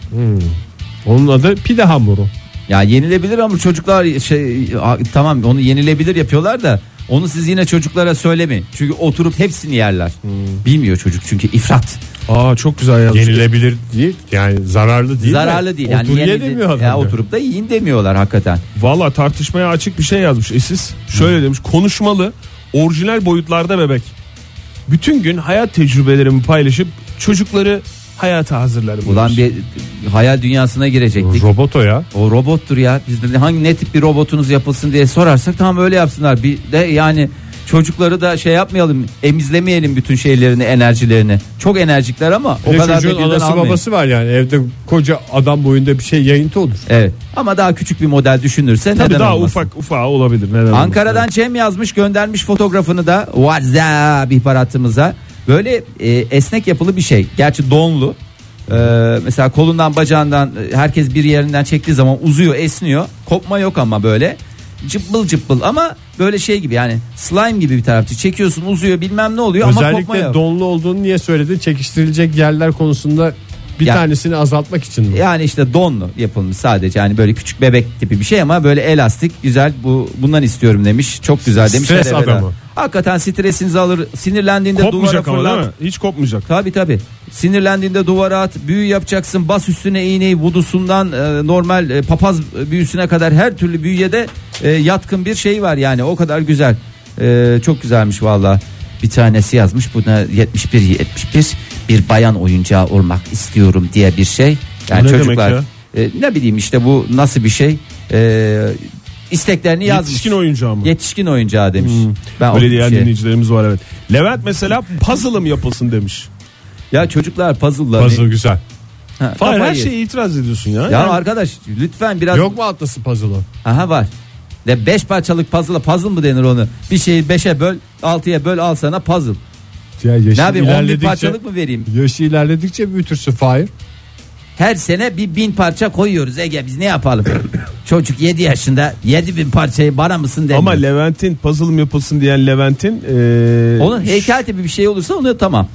[SPEAKER 2] Onun adı pide hamuru.
[SPEAKER 3] Ya yenilebilir ama çocuklar şey a- tamam onu yenilebilir yapıyorlar da onu siz yine çocuklara söylemeyin. Çünkü oturup hepsini yerler.
[SPEAKER 2] Hmm.
[SPEAKER 3] Bilmiyor çocuk çünçünkü ifrat.
[SPEAKER 4] Aa çok güzel yazmış.
[SPEAKER 2] Yenilebilir değil yani zararlı değil.
[SPEAKER 3] Zararlı
[SPEAKER 2] mi?
[SPEAKER 3] değil yani.
[SPEAKER 2] Otur ye
[SPEAKER 3] yenile-
[SPEAKER 2] demiyor adam
[SPEAKER 3] ya
[SPEAKER 2] ya.
[SPEAKER 3] oturup da yiyin demiyorlar hakikaten.
[SPEAKER 4] Valla tartışmaya açık bir şey yazmış Esis. Şöyle demiş konuşmalı orijinal boyutlarda bebek. Bütün gün hayat tecrübelerimi paylaşıp çocukları hayata hazırlarım. demiş.
[SPEAKER 3] Ulan bir hayal dünyasına girecektik.
[SPEAKER 2] Robot o ya.
[SPEAKER 3] O robottur ya. Biz de hangi ne tip bir robotunuz yapılsın diye sorarsak tamam öyle yapsınlar. Bir de yani çocukları da şey yapmayalım. Emizlemeyelim bütün şeylerini, enerjilerini. Çok enerjikler ama
[SPEAKER 2] Bir
[SPEAKER 3] o
[SPEAKER 2] de
[SPEAKER 3] kadar da
[SPEAKER 2] çocuğun
[SPEAKER 3] birden
[SPEAKER 2] anası
[SPEAKER 3] almayın.
[SPEAKER 2] babası var yani evde koca adam boyunda bir şey yayıntı olur.
[SPEAKER 3] Evet. Ama daha küçük bir model düşünürse
[SPEAKER 4] Tabii
[SPEAKER 3] neden
[SPEAKER 4] daha
[SPEAKER 3] olmasın?
[SPEAKER 4] ufak ufağı olabilir. Neden olmasın?
[SPEAKER 3] Ankara'dan Cem yazmış göndermiş fotoğrafını da WhatsApp ihbaratımıza. Böyle e, esnek yapılı bir şey. Gerçi donlu. E, mesela kolundan bacağından e, herkes bir yerinden çektiği zaman uzuyor esniyor. Kopma yok ama böyle. Cıbbıl cıbbıl ama böyle şey gibi yani slime gibi bir tarafçı çekiyorsun uzuyor bilmem ne oluyor ama kopma
[SPEAKER 2] Özellikle
[SPEAKER 3] yok.
[SPEAKER 2] donlu olduğunu niye söyledi? Çekiştirilecek yerler konusunda bir
[SPEAKER 3] Ya-
[SPEAKER 2] tanesini azaltmak için mi?
[SPEAKER 3] yani işte donlu yapılmış sadece yani böyle küçük bebek tipi bir şey ama böyle elastik güzel bu bundan istiyorum demiş çok güzel demiş.
[SPEAKER 2] Stres
[SPEAKER 3] Helal helal.
[SPEAKER 2] adamı.
[SPEAKER 3] Hakikaten stresinizi alır sinirlendiğinde duvara
[SPEAKER 4] Kopmayacak ama
[SPEAKER 3] fırlat.
[SPEAKER 4] değil mi? Hiç kopmayacak.
[SPEAKER 3] Tabi tabi. Sinirlendiğinde duvara at, büyü yapacaksın, bas üstüne iğneyi vudusundan e, normal e, papaz büyüsüne kadar her türlü büyüye de e, yatkın bir şey var yani o kadar güzel. E, çok güzelmiş valla. Bir tanesi yazmış buna 71 71 bir bayan oyuncağı olmak istiyorum diye bir şey. Yani
[SPEAKER 4] Bu ne demek
[SPEAKER 3] çocuklar
[SPEAKER 4] ya?
[SPEAKER 3] e, ne bileyim işte bu nasıl bir şey? E, isteklerini yazmış.
[SPEAKER 4] Yetişkin oyuncağı mı?
[SPEAKER 3] Yetişkin oyuncağı demiş. Ben o
[SPEAKER 4] Böyle diyen
[SPEAKER 3] şey-
[SPEAKER 4] dinleyicilerimiz var evet. Levent mesela puzzle'ım yapılsın demiş.
[SPEAKER 3] Ya çocuklar puzzle'la
[SPEAKER 2] Puzzle güzel.
[SPEAKER 3] Ha,
[SPEAKER 4] Hayır her
[SPEAKER 3] kafayı-
[SPEAKER 4] şeye itiraz ediyorsun ya.
[SPEAKER 3] Ya
[SPEAKER 4] Yani
[SPEAKER 3] arkadaş lütfen biraz
[SPEAKER 2] Yok mu atlası puzzle'ı?
[SPEAKER 3] aha var. De 5 parçalık puzzle puzzle mı denir onu? Bir şeyi 5'e böl, 6'ya böl al sana puzzle.
[SPEAKER 2] Ya yaşı
[SPEAKER 3] Ne yapayım 11
[SPEAKER 2] ilerledikçe,
[SPEAKER 3] parçalık mı vereyim?
[SPEAKER 2] yaşı ilerledikçe büyütürsün Fahir.
[SPEAKER 3] Her sene bir bin parça koyuyoruz Ege biz ne yapalım? Çocuk 7 yaşında 7000 bin parçayı bana mısın demiyor.
[SPEAKER 4] Ama Levent'in puzzle'ım yapılsın diyen Levent'in ee,
[SPEAKER 3] Onun heykel tipi bir şey olursa onu tamam.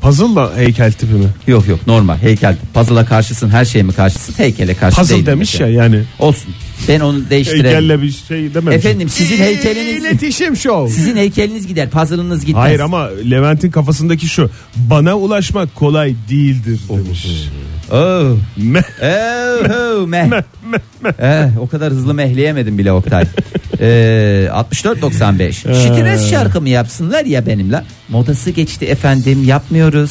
[SPEAKER 4] puzzle'la heykel tipi mi?
[SPEAKER 3] Yok yok normal heykel puzzle'a karşısın her şeye mi karşısın heykele karşı
[SPEAKER 4] Puzzle
[SPEAKER 3] değil
[SPEAKER 4] demiş
[SPEAKER 3] mesela.
[SPEAKER 4] ya yani.
[SPEAKER 3] Olsun ben onu değiştireyim.
[SPEAKER 4] Heykelle bir şey dememiş.
[SPEAKER 3] Efendim sizin heykeliniz
[SPEAKER 2] İletişim show.
[SPEAKER 3] sizin heykeliniz gider puzzle'ınız gitmez.
[SPEAKER 4] Hayır ama Levent'in kafasındaki şu. Bana ulaşmak kolay değildir demiş.
[SPEAKER 3] Oo.
[SPEAKER 4] Me-
[SPEAKER 3] Oho, Oh. meh. Eh, o kadar hızlı mehleyemedim bile Oktay. ee, 64.95. Stres şarkımı yapsınlar ya benimle. Modası geçti efendim yapmıyoruz.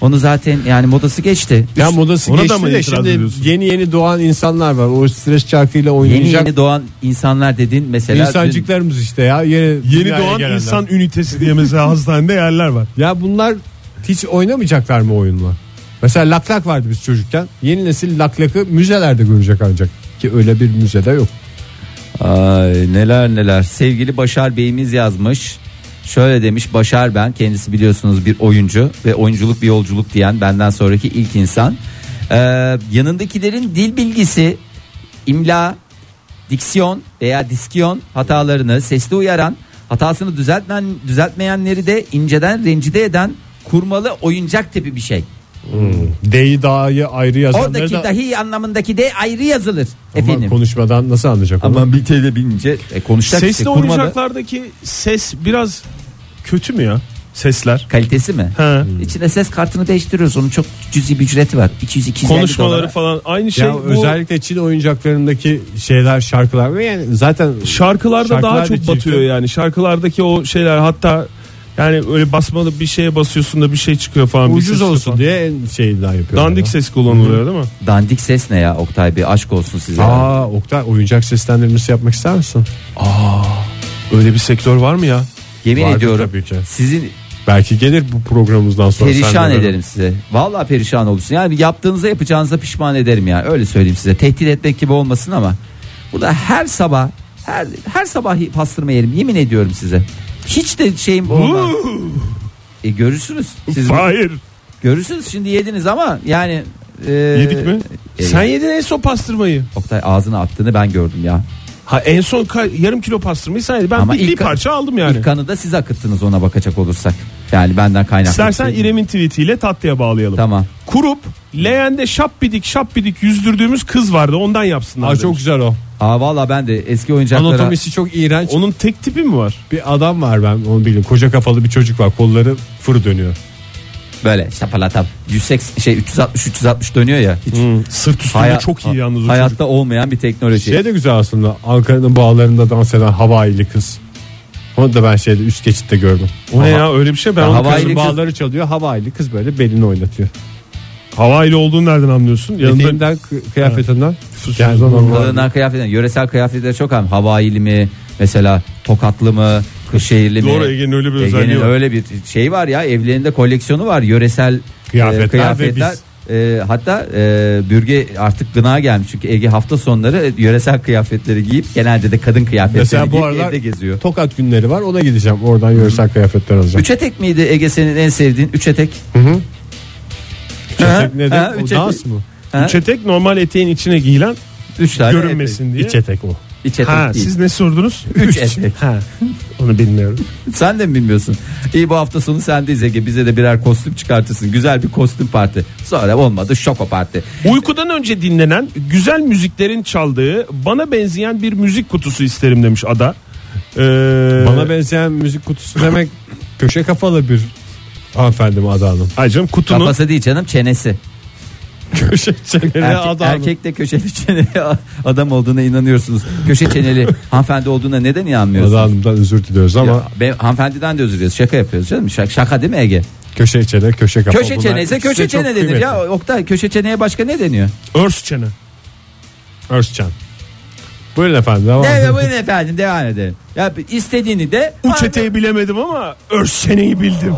[SPEAKER 3] Onu zaten yani modası geçti.
[SPEAKER 2] Ya modası
[SPEAKER 4] Ona da
[SPEAKER 2] geçti
[SPEAKER 4] mı
[SPEAKER 2] de
[SPEAKER 4] itiraz
[SPEAKER 2] şimdi
[SPEAKER 4] ediyorsun?
[SPEAKER 2] yeni yeni doğan insanlar var. O stres çarkıyla
[SPEAKER 3] Yeni
[SPEAKER 2] oynayacak
[SPEAKER 3] yeni doğan insanlar dedin mesela.
[SPEAKER 2] insancıklarımız işte ya. Yeni,
[SPEAKER 4] Yeni
[SPEAKER 2] dünyaya
[SPEAKER 4] doğan
[SPEAKER 2] gelenler.
[SPEAKER 4] insan ünitesi diye mesela hastanede yerler var.
[SPEAKER 2] Ya bunlar hiç oynamayacaklar mı oyunla? Mesela laklak vardı biz çocukken. Yeni nesil laklakı müzelerde görecek ancak. Ki öyle bir müzede yok.
[SPEAKER 3] dün- Ay neler neler. Sevgili Başar Bey'imiz yazmış. Şöyle demiş Başar ben kendisi biliyorsunuz bir oyuncu ve oyunculuk bir yolculuk diyen benden sonraki ilk insan. Ee, yanındakilerin dil bilgisi, imla, diksiyon veya diskiyon hatalarını sesli uyaran, hatasını düzeltmen, düzeltmeyenleri de inceden rencide eden kurmalı oyuncak tipi bir şey.
[SPEAKER 5] D'yi da'yı ayrı yazanları
[SPEAKER 3] Oradaki
[SPEAKER 5] da
[SPEAKER 3] dahi anlamındaki de ayrı yazılır
[SPEAKER 5] Ama
[SPEAKER 3] efendim.
[SPEAKER 5] konuşmadan nasıl anlayacak onu?
[SPEAKER 3] Ama bir teyde binince e, konuşacak işte
[SPEAKER 4] Sesli
[SPEAKER 3] kurmadı.
[SPEAKER 4] oyuncaklardaki ses biraz kötü mü ya? Sesler.
[SPEAKER 3] Kalitesi mi?
[SPEAKER 4] Ha.
[SPEAKER 3] İçine ses kartını değiştiriyoruz. Onun çok cüzi bir ücreti var. 200 250
[SPEAKER 4] Konuşmaları
[SPEAKER 3] dolara.
[SPEAKER 4] falan aynı şey.
[SPEAKER 5] Ya
[SPEAKER 4] bu
[SPEAKER 5] özellikle Çin oyuncaklarındaki şeyler şarkılar yani zaten
[SPEAKER 4] şarkılarda daha
[SPEAKER 5] Şarkılar
[SPEAKER 4] çok
[SPEAKER 5] da
[SPEAKER 4] batıyor
[SPEAKER 5] çirkin.
[SPEAKER 4] yani. Şarkılardaki o şeyler hatta yani öyle basmalı bir şeye basıyorsun da bir şey çıkıyor falan. bir ses
[SPEAKER 5] ucuz
[SPEAKER 4] çıkıyor
[SPEAKER 5] olsun
[SPEAKER 4] falan.
[SPEAKER 5] diye en şey daha yapıyorlar.
[SPEAKER 4] Dandik
[SPEAKER 5] ya.
[SPEAKER 4] ses kullanılıyor değil mi?
[SPEAKER 3] Dandik ses ne ya Oktay bir aşk olsun size.
[SPEAKER 5] Aa Oktay oyuncak seslendirmesi yapmak ister misin?
[SPEAKER 4] Öyle bir sektör var mı ya?
[SPEAKER 3] Yemin
[SPEAKER 5] Vardır
[SPEAKER 3] ediyorum.
[SPEAKER 5] tabii ki.
[SPEAKER 3] Sizin
[SPEAKER 5] Belki gelir bu programımızdan sonra.
[SPEAKER 3] perişan
[SPEAKER 5] sen de böyle.
[SPEAKER 3] ederim size. Vallahi perişan olursun. Yani yaptığınıza yapacağınıza pişman ederim yani. Öyle söyleyeyim size. Tehdit etmek gibi olmasın ama burada her sabah her her sabah pastırma yerim. Yemin ediyorum size. Hiç de şeyim olmaz. E görürsünüz. Siz
[SPEAKER 4] Hayır.
[SPEAKER 3] görürsünüz şimdi yediniz ama yani e,
[SPEAKER 4] Yedik mi?
[SPEAKER 3] e,
[SPEAKER 4] Sen Ee, yedin en son pastırmayı.
[SPEAKER 3] Oktay ağzına attığını ben gördüm ya.
[SPEAKER 4] Ha en son ka- yarım kilo pastırmayı sen yedin. Ben
[SPEAKER 3] Ama
[SPEAKER 4] bir, bir
[SPEAKER 3] ilk-
[SPEAKER 4] parça aldım yani.
[SPEAKER 3] İlk kanı da siz akıttınız ona bakacak olursak. Yani benden kaynaklı.
[SPEAKER 4] İstersen
[SPEAKER 3] Değil mi?
[SPEAKER 4] İrem'in tweetiyle tatlıya bağlayalım.
[SPEAKER 3] Tamam.
[SPEAKER 4] Kurup leğende şapbidik şapbidik yüzdürdüğümüz kız vardı ondan yapsınlar.
[SPEAKER 5] Aa,
[SPEAKER 4] demiş.
[SPEAKER 5] çok güzel o.
[SPEAKER 3] Aa valla ben de eski oyuncaklara
[SPEAKER 5] Anatomisi çok iğrenç.
[SPEAKER 4] Onun tek tipi mi var?
[SPEAKER 5] Bir adam var ben onu biliyorum. Koca kafalı bir çocuk var. Kolları fır dönüyor.
[SPEAKER 3] böyle şapalata 180 şey 360 360 dönüyor ya. Hiç
[SPEAKER 4] Sırt üstünde
[SPEAKER 3] haya-
[SPEAKER 4] çok iyi yalnız. o
[SPEAKER 3] Hayatta
[SPEAKER 4] çocuk.
[SPEAKER 3] olmayan bir teknoloji.
[SPEAKER 5] Şey de güzel aslında. Ankara'nın bağlarında dans eden Havaili kız. Onu da ben şeyde üst geçitte gördüm.
[SPEAKER 4] O ne ya öyle bir şey ben
[SPEAKER 3] Ya
[SPEAKER 4] onu
[SPEAKER 3] hava-
[SPEAKER 4] hava...
[SPEAKER 3] Havaili
[SPEAKER 5] Kızın
[SPEAKER 3] kız-
[SPEAKER 5] bağları çalıyor. Havaili kız böyle belini oynatıyor.
[SPEAKER 4] havayla olduğunu nereden anlıyorsun? Yanında
[SPEAKER 5] Eteğinden kı- kıyafetinden.
[SPEAKER 4] Sus-
[SPEAKER 5] Yani
[SPEAKER 4] sus-
[SPEAKER 5] normal.
[SPEAKER 3] Kadınlar kıyafetler, yöresel kıyafetleri çok önemli. Havaili mi? Mesela Tokatlı mı? Kırşehirli mi?
[SPEAKER 4] Doğru, Ege'nin öyle bir
[SPEAKER 3] Ege'nin
[SPEAKER 4] özelliği var.
[SPEAKER 3] E, öyle bir şey var ya evlerinde koleksiyonu var. Yöresel
[SPEAKER 5] Kıyafetler
[SPEAKER 3] e,
[SPEAKER 5] ve biz.
[SPEAKER 3] E, hatta e, bürge artık gına gelmiş çünkü Ege hafta sonları e, yöresel kıyafetleri giyip genelde de kadın kıyafetleri
[SPEAKER 5] Mesela bu
[SPEAKER 3] giyip
[SPEAKER 5] aralar
[SPEAKER 3] evde geziyor.
[SPEAKER 5] Tokat günleri var ona gideceğim. Oradan yöresel kıyafetler alacağım.
[SPEAKER 3] Üç etek miydi Ege senin en sevdiğin? Üç etek. Ha?
[SPEAKER 5] Etek nedir?
[SPEAKER 3] Ha,
[SPEAKER 5] O
[SPEAKER 3] üç
[SPEAKER 5] dans
[SPEAKER 3] etek.
[SPEAKER 5] mı?
[SPEAKER 3] Ha?
[SPEAKER 4] üç etek normal eteğin içine giyilen
[SPEAKER 3] Üç tane
[SPEAKER 4] görünmesin diye.
[SPEAKER 5] İç etek o.
[SPEAKER 3] Etek. İç etek
[SPEAKER 4] Ha
[SPEAKER 3] değil.
[SPEAKER 4] siz ne sordunuz?
[SPEAKER 3] Üç etek.
[SPEAKER 4] Ha. Onu bilmiyorum.
[SPEAKER 3] Sen de mi bilmiyorsun? İyi bu hafta sonu sendeyiz Ege. Bize de birer kostüm çıkartırsın. Güzel bir kostüm parti. Sonra olmadı şoko parti.
[SPEAKER 4] Uykudan önce dinlenen güzel müziklerin çaldığı bana benzeyen bir müzik kutusu isterim demiş Ada. Ee,
[SPEAKER 5] Bana benzeyen müzik kutusu demek köşe kafalı bir hanımefendi mi Ada Hanım?
[SPEAKER 4] Ay canım kutunun
[SPEAKER 3] Kafası değil canım çenesi.
[SPEAKER 5] Köşe çeneli
[SPEAKER 3] Erke-
[SPEAKER 5] Ada Hanım.
[SPEAKER 3] erkek de köşeli çeneli adam olduğuna inanıyorsunuz. Köşe çeneli hanımefendi olduğuna neden
[SPEAKER 5] Ada
[SPEAKER 3] inanmıyorsunuz?
[SPEAKER 5] Hanım'dan özür diliyoruz ama
[SPEAKER 3] Ya, ben- hanımefendiden de özür diliyoruz. Şaka yapıyoruz canım. Şaka, şaka değil mi Ege?
[SPEAKER 5] köşe çene köşe kafa.
[SPEAKER 3] Köşe
[SPEAKER 5] Bunlar
[SPEAKER 3] çene ise
[SPEAKER 5] ikisi de
[SPEAKER 3] köşe
[SPEAKER 5] çok
[SPEAKER 3] çene denir.
[SPEAKER 5] kıymetli.
[SPEAKER 3] Ya Oktay köşe çeneye başka ne deniyor?
[SPEAKER 4] örs çene.
[SPEAKER 5] Özcan. Buyurun efendim. Devam.
[SPEAKER 3] Evet buyurun efendim devam edelim. Ya istediğini de
[SPEAKER 4] Uç eteği bilemedim ama örs çeneyi bildim.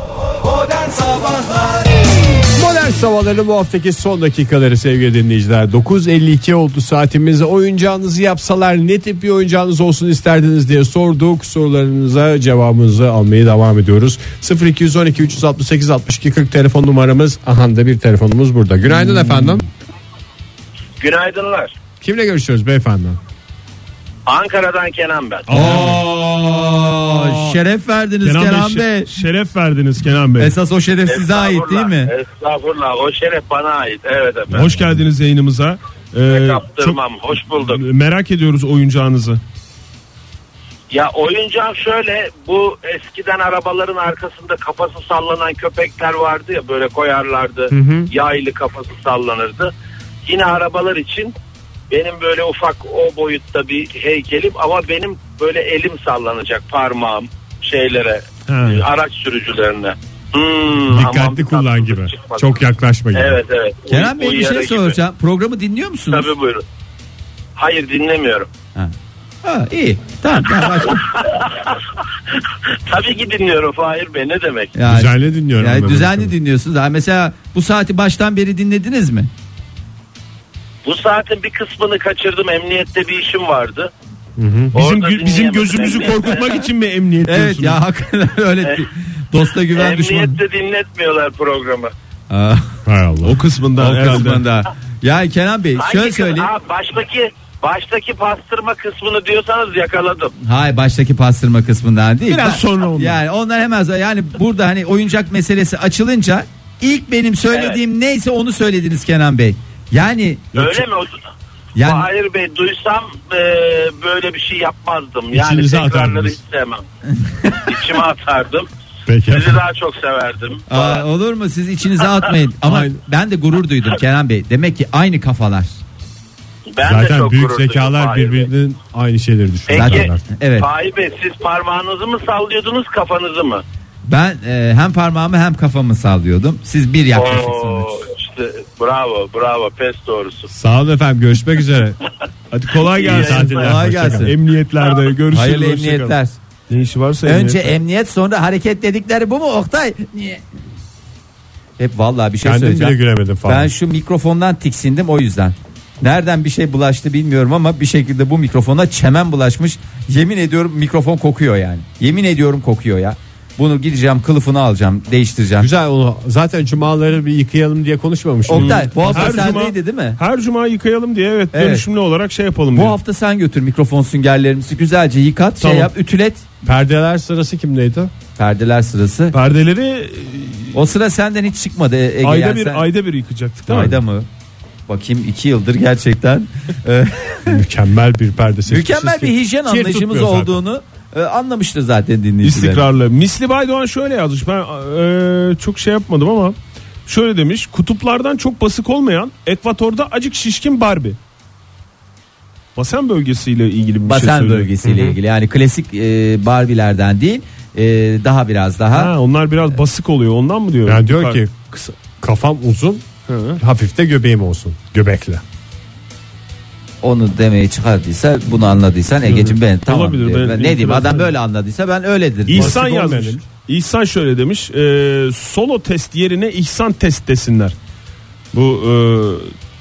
[SPEAKER 5] Modern sabahların bu haftaki son dakikaları sevgili dinleyiciler. 9.52 oldu saatimiz. Oyuncağınızı yapsalar ne tip bir oyuncağınız olsun isterdiniz diye sorduk. Sorularınıza cevabınızı almaya devam ediyoruz. 0212 368 62 40 telefon numaramız. Aha da bir telefonumuz burada. Günaydın efendim.
[SPEAKER 1] Günaydınlar.
[SPEAKER 5] Kimle görüşüyoruz beyefendi?
[SPEAKER 1] Ankara'dan Kenan ben.
[SPEAKER 3] şeref verdiniz
[SPEAKER 4] Kenan, Bey, şe- şeref verdiniz Kenan Bey.
[SPEAKER 3] Esas o şeref size ait değil mi?
[SPEAKER 1] Estağfurullah. O şeref bana ait. Evet efendim.
[SPEAKER 4] Hoş geldiniz yayınımıza. Ee,
[SPEAKER 1] Kaptırmam. Hoş bulduk.
[SPEAKER 4] merak ediyoruz oyuncağınızı.
[SPEAKER 1] Ya oyuncağım şöyle bu eskiden arabaların arkasında kafası sallanan köpekler vardı ya böyle koyarlardı. Yaylı kafası sallanırdı. Yine arabalar için benim böyle ufak o boyutta bir heykelim ama benim böyle elim sallanacak parmağım şeylere
[SPEAKER 4] Ha.
[SPEAKER 1] e, araç sürücülerine. Hmm, aman,
[SPEAKER 5] Dikkatli kullan
[SPEAKER 1] tatsızlık
[SPEAKER 5] gibi.
[SPEAKER 1] çıkmadı.
[SPEAKER 5] Çok yaklaşma gibi.
[SPEAKER 1] Evet evet.
[SPEAKER 3] Kenan
[SPEAKER 1] Uy-
[SPEAKER 3] Bey bir
[SPEAKER 1] uyarı
[SPEAKER 3] şey
[SPEAKER 1] gibi.
[SPEAKER 3] soracağım. Programı dinliyor musunuz?
[SPEAKER 1] Tabii buyurun. Hayır dinlemiyorum.
[SPEAKER 3] Ha, iyi. Tamam. tamam başka.
[SPEAKER 1] Tabii ki dinliyorum Fahir Bey ne demek?
[SPEAKER 3] Yani,
[SPEAKER 5] Düzenli dinliyorum.
[SPEAKER 3] yani
[SPEAKER 5] ben
[SPEAKER 3] düzenli
[SPEAKER 5] bunu.
[SPEAKER 3] dinliyorsunuz. Ha, mesela bu saati baştan beri dinlediniz mi?
[SPEAKER 1] Bu saatin bir kısmını kaçırdım. Emniyette bir işim vardı.
[SPEAKER 4] Bizim
[SPEAKER 1] Orada
[SPEAKER 4] gö- bizim
[SPEAKER 1] dinleyemedim.
[SPEAKER 4] gözümüzü
[SPEAKER 1] Emniyette-
[SPEAKER 4] korkutmak için mi emniyet
[SPEAKER 3] Evet
[SPEAKER 4] diyorsunuz?
[SPEAKER 3] ya hakikaten öyle. Dosta güven düşman.
[SPEAKER 1] Emniyette dinletmiyorlar programı.
[SPEAKER 3] Aa,
[SPEAKER 5] Hay Allah.
[SPEAKER 4] O kısmından
[SPEAKER 3] o
[SPEAKER 4] herhalde.
[SPEAKER 3] kısmında. Ya Kenan Bey
[SPEAKER 1] Hangi
[SPEAKER 3] şöyle
[SPEAKER 1] kız-
[SPEAKER 3] söyleyeyim.
[SPEAKER 1] Aa, baştaki baştaki pastırma kısmını diyorsanız yakaladım.
[SPEAKER 3] Hayır baştaki pastırma kısmından değil.
[SPEAKER 4] Biraz
[SPEAKER 3] Ben-
[SPEAKER 4] sonra onlar.
[SPEAKER 3] Yani onlar hemen yani burada hani oyuncak meselesi açılınca İlk benim söylediğim neyse onu söylediniz Kenan Bey. Yani
[SPEAKER 1] Öyle mi? O-
[SPEAKER 3] Yani-
[SPEAKER 1] Fahir Bey duysam e, böyle bir şey yapmazdım. Yani
[SPEAKER 4] İçinize
[SPEAKER 1] tekrarları
[SPEAKER 4] atardınız.
[SPEAKER 1] hiç sevmem. İçime atardım.
[SPEAKER 4] Peki.
[SPEAKER 1] Sizi daha çok severdim.
[SPEAKER 3] aa, olur mu siz içinize atmayın. Ama ben de gurur duydum Kenan Bey. Demek ki aynı kafalar.
[SPEAKER 1] Ben de
[SPEAKER 2] Zaten
[SPEAKER 1] çok
[SPEAKER 2] büyük
[SPEAKER 1] gurur duydum
[SPEAKER 2] zekalar
[SPEAKER 1] Fahir Bey.
[SPEAKER 2] birbirinin aynı şeyleri
[SPEAKER 1] Peki,
[SPEAKER 2] düşünüyorlar.
[SPEAKER 3] Evet.
[SPEAKER 1] Fahir Bey siz parmağınızı mı sallıyordunuz kafanızı mı?
[SPEAKER 3] Ben e, hem parmağımı hem kafamı sallıyordum. Siz bir yaklaşıksınız.
[SPEAKER 1] Oo, işte bravo bravo pes doğrusu.
[SPEAKER 2] Sağ olun efendim görüşmek üzere.
[SPEAKER 4] Hadi kolay gelsin.
[SPEAKER 1] İyi
[SPEAKER 3] yayınlar. Kolay gelsin.
[SPEAKER 4] Emniyetlerde görüşürüz.
[SPEAKER 3] Hayırlı
[SPEAKER 4] hoşça şey kalın.
[SPEAKER 3] emniyetler.
[SPEAKER 4] Ne işi varsa
[SPEAKER 3] Önce
[SPEAKER 4] emniyet.
[SPEAKER 3] emniyet sonra hareket dedikleri bu mu Oktay? Niye? Hep vallahi bir şey
[SPEAKER 2] Kendin bile
[SPEAKER 3] söyleyeceğim.
[SPEAKER 2] gülemirdin falan.
[SPEAKER 3] Ben şu mikrofondan tiksindim o yüzden. Nereden bir şey bulaştı bilmiyorum ama bir şekilde bu mikrofona çemen bulaşmış. Yemin ediyorum mikrofon kokuyor yani. Yemin ediyorum kokuyor ya. Bunu gideceğim kılıfını alacağım değiştireceğim.
[SPEAKER 2] Güzel onu zaten cumaları bir yıkayalım diye konuşmamıştık.
[SPEAKER 3] Oktay bu hafta
[SPEAKER 4] Her cuma,
[SPEAKER 3] sendeydi değil mi?
[SPEAKER 4] her cuma yıkayalım diye evet,
[SPEAKER 3] Evet.
[SPEAKER 4] dönüşümlü olarak şey yapalım
[SPEAKER 3] Bu
[SPEAKER 4] diyor.
[SPEAKER 3] hafta sen götür mikrofon süngerlerimizi güzelce yıkat
[SPEAKER 2] Tamam.
[SPEAKER 3] şey yap ütület.
[SPEAKER 2] Perdeler sırası kimdeydi?
[SPEAKER 3] Perdeler sırası.
[SPEAKER 4] Perdeleri
[SPEAKER 3] O sıra senden hiç çıkmadı E-
[SPEAKER 4] e,
[SPEAKER 3] Ege.
[SPEAKER 4] ayda
[SPEAKER 3] yani
[SPEAKER 4] bir
[SPEAKER 3] sen-
[SPEAKER 4] ayda bir yıkacaktık değil mi?
[SPEAKER 3] Ayda mı? Bakayım iki yıldır gerçekten e,
[SPEAKER 2] Mükemmel bir perde seçmişiz
[SPEAKER 3] mükemmel
[SPEAKER 2] ki
[SPEAKER 3] bir hijyen
[SPEAKER 2] kir
[SPEAKER 3] anlayışımız
[SPEAKER 2] tutmuyor zaten.
[SPEAKER 3] olduğunu e, anlamıştır zaten dinleyiciler.
[SPEAKER 4] İstikrarlı. Misli Baydoğan şöyle yazmış. Ben e, çok şey yapmadım ama şöyle demiş. Kutuplardan çok basık olmayan ekvatorda acık şişkin Barbie. Basen bölgesiyle ilgili bir şey
[SPEAKER 3] Basen
[SPEAKER 4] söylüyor.
[SPEAKER 3] bölgesiyle
[SPEAKER 4] Hı hı.
[SPEAKER 3] ilgili yani klasik e, Barbie'lerden değil e, daha biraz daha
[SPEAKER 4] Ha, onlar biraz basık oluyor. Ondan mı diyor?
[SPEAKER 2] Yani diyor
[SPEAKER 4] Yukarı-
[SPEAKER 2] ki kısa- kafam uzun
[SPEAKER 4] Hı.
[SPEAKER 2] hafif de göbeğim olsun. Göbekle.
[SPEAKER 3] onu demeye çıkardıysa bunu anladıysan Ege'cim ben tamam
[SPEAKER 4] Olabilir,
[SPEAKER 3] diyorum.
[SPEAKER 4] ben
[SPEAKER 3] Ben ne diyeyim
[SPEAKER 4] itiraz
[SPEAKER 3] adam
[SPEAKER 4] etmiyorum.
[SPEAKER 3] böyle anladıysa ben öyledir. diyorum.
[SPEAKER 4] İhsan
[SPEAKER 2] Basık
[SPEAKER 4] yazmış.
[SPEAKER 2] olmayan.
[SPEAKER 4] İhsan şöyle demiş. e, solo test yerine İhsan test desinler. Bu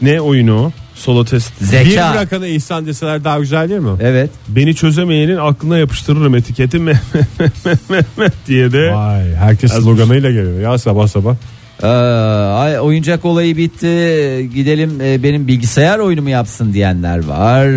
[SPEAKER 4] e, ne oyunu o? Solo test.
[SPEAKER 2] Bir
[SPEAKER 3] Zeka.
[SPEAKER 2] bırakanı ihsan deseler daha güzel değil mi?
[SPEAKER 3] Evet.
[SPEAKER 4] Beni çözemeyenin aklına yapıştırırım etiketi Mehmet diye de.
[SPEAKER 2] Vay herkes sloganıyla geliyor ya sabah sabah.
[SPEAKER 3] Ee, ay, oyuncak olayı bitti. Gidelim e, benim bilgisayar oyunumu yapsın diyenler var.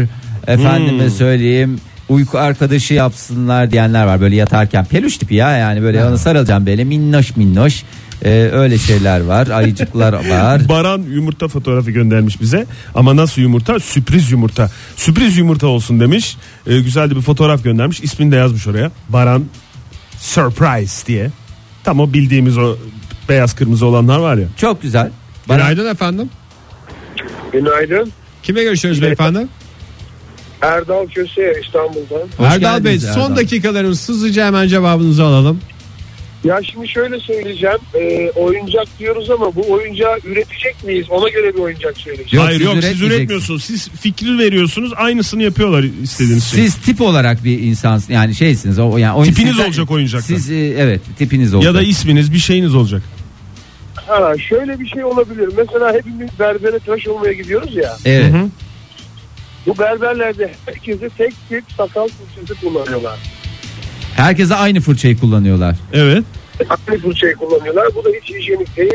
[SPEAKER 3] Efendime
[SPEAKER 4] Hmm.
[SPEAKER 3] söyleyeyim uyku arkadaşı yapsınlar diyenler var. Böyle yatarken peluş tipi ya yani böyle ona sarılacağım böyle minnoş minnoş. Ee, öyle şeyler var. Ayıcıklar var.
[SPEAKER 4] Baran yumurta fotoğrafı göndermiş bize. Ama nasıl yumurta? Sürpriz yumurta. Sürpriz yumurta olsun demiş. Ee, güzel de bir fotoğraf göndermiş. İsmini de yazmış oraya. Baran Surprise diye. Tam o bildiğimiz o beyaz kırmızı olanlar var ya.
[SPEAKER 3] Çok güzel. Bana-
[SPEAKER 2] Günaydın efendim.
[SPEAKER 6] Günaydın.
[SPEAKER 2] Kime görüşüyoruz beyefendi?
[SPEAKER 6] Erdal Köse İstanbul'dan.
[SPEAKER 3] Hoş
[SPEAKER 2] Erdal Bey
[SPEAKER 3] geldiniz Erdal.
[SPEAKER 2] son dakikalarımız hızlıca hemen cevabınızı alalım.
[SPEAKER 6] Ya şimdi şöyle söyleyeceğim. Ee, oyuncak diyoruz ama bu oyuncağı üretecek miyiz? Ona göre bir oyuncak söyleyeceğim.
[SPEAKER 3] Yok,
[SPEAKER 4] Hayır
[SPEAKER 3] siz
[SPEAKER 4] yok siz
[SPEAKER 3] üretmeyeceksiniz.
[SPEAKER 4] üretmiyorsunuz. Siz fikri veriyorsunuz. Aynısını yapıyorlar istediğiniz şey.
[SPEAKER 3] Siz tip olarak bir insan yani şeysiniz o yani oyun-
[SPEAKER 4] Tipiniz
[SPEAKER 3] sizden-
[SPEAKER 4] olacak oyuncaklar.
[SPEAKER 3] Siz e, evet tipiniz olacak.
[SPEAKER 4] Ya da isminiz bir şeyiniz olacak.
[SPEAKER 6] Ha, şöyle bir şey olabilir. Mesela hepimiz berbere tıraş olmaya gidiyoruz ya.
[SPEAKER 3] evet.
[SPEAKER 6] Bu berberlerde herkese tek tip sakal fırçası kullanıyorlar.
[SPEAKER 3] Herkese aynı fırçayı kullanıyorlar.
[SPEAKER 4] Evet.
[SPEAKER 6] Aynı fırçayı kullanıyorlar. Bu da hiç hijyenik değil.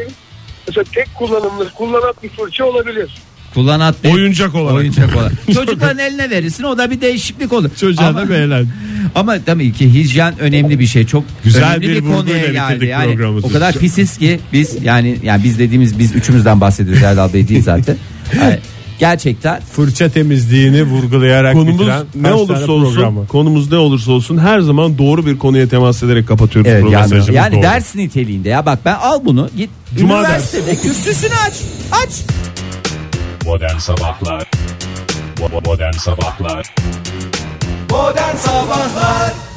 [SPEAKER 6] Mesela tek kullanımlık kullanan bir fırça olabilir.
[SPEAKER 3] Kullanan
[SPEAKER 4] Oyuncak olarak.
[SPEAKER 3] Oyuncak olarak. Çocukların eline verirsin o da bir değişiklik olur.
[SPEAKER 2] Çocuğa
[SPEAKER 3] ama,
[SPEAKER 2] da beğenen.
[SPEAKER 3] ama tabii ki hijyen önemli bir şey. Çok
[SPEAKER 2] Güzel
[SPEAKER 3] önemli
[SPEAKER 2] bir vurguyla
[SPEAKER 3] konuya geldi.
[SPEAKER 2] bitirdik
[SPEAKER 3] Yani
[SPEAKER 2] programımızı.
[SPEAKER 3] o kadar pisiz ki biz yani yani biz dediğimiz biz üçümüzden bahsediyoruz Erdal Bey değil zaten. Yani gerçekten
[SPEAKER 2] Fırça temizliğini vurgulayarak
[SPEAKER 4] Konumuz
[SPEAKER 2] bitiren kaç
[SPEAKER 4] ne
[SPEAKER 2] tane
[SPEAKER 4] olursa olsun,
[SPEAKER 2] programı.
[SPEAKER 4] konumuz ne olursa olsun her zaman doğru bir konuya temas ederek kapatıyoruz
[SPEAKER 3] evet,
[SPEAKER 4] program
[SPEAKER 3] yani,
[SPEAKER 4] mesajımız
[SPEAKER 3] yani
[SPEAKER 4] doğru.
[SPEAKER 3] ders niteliğinde ya bak ben al bunu git
[SPEAKER 4] Cuma
[SPEAKER 3] üniversitede kürsüsünü aç aç
[SPEAKER 7] Modern Sabahlar Bo- Modern Sabahlar
[SPEAKER 3] Modern Sabahlar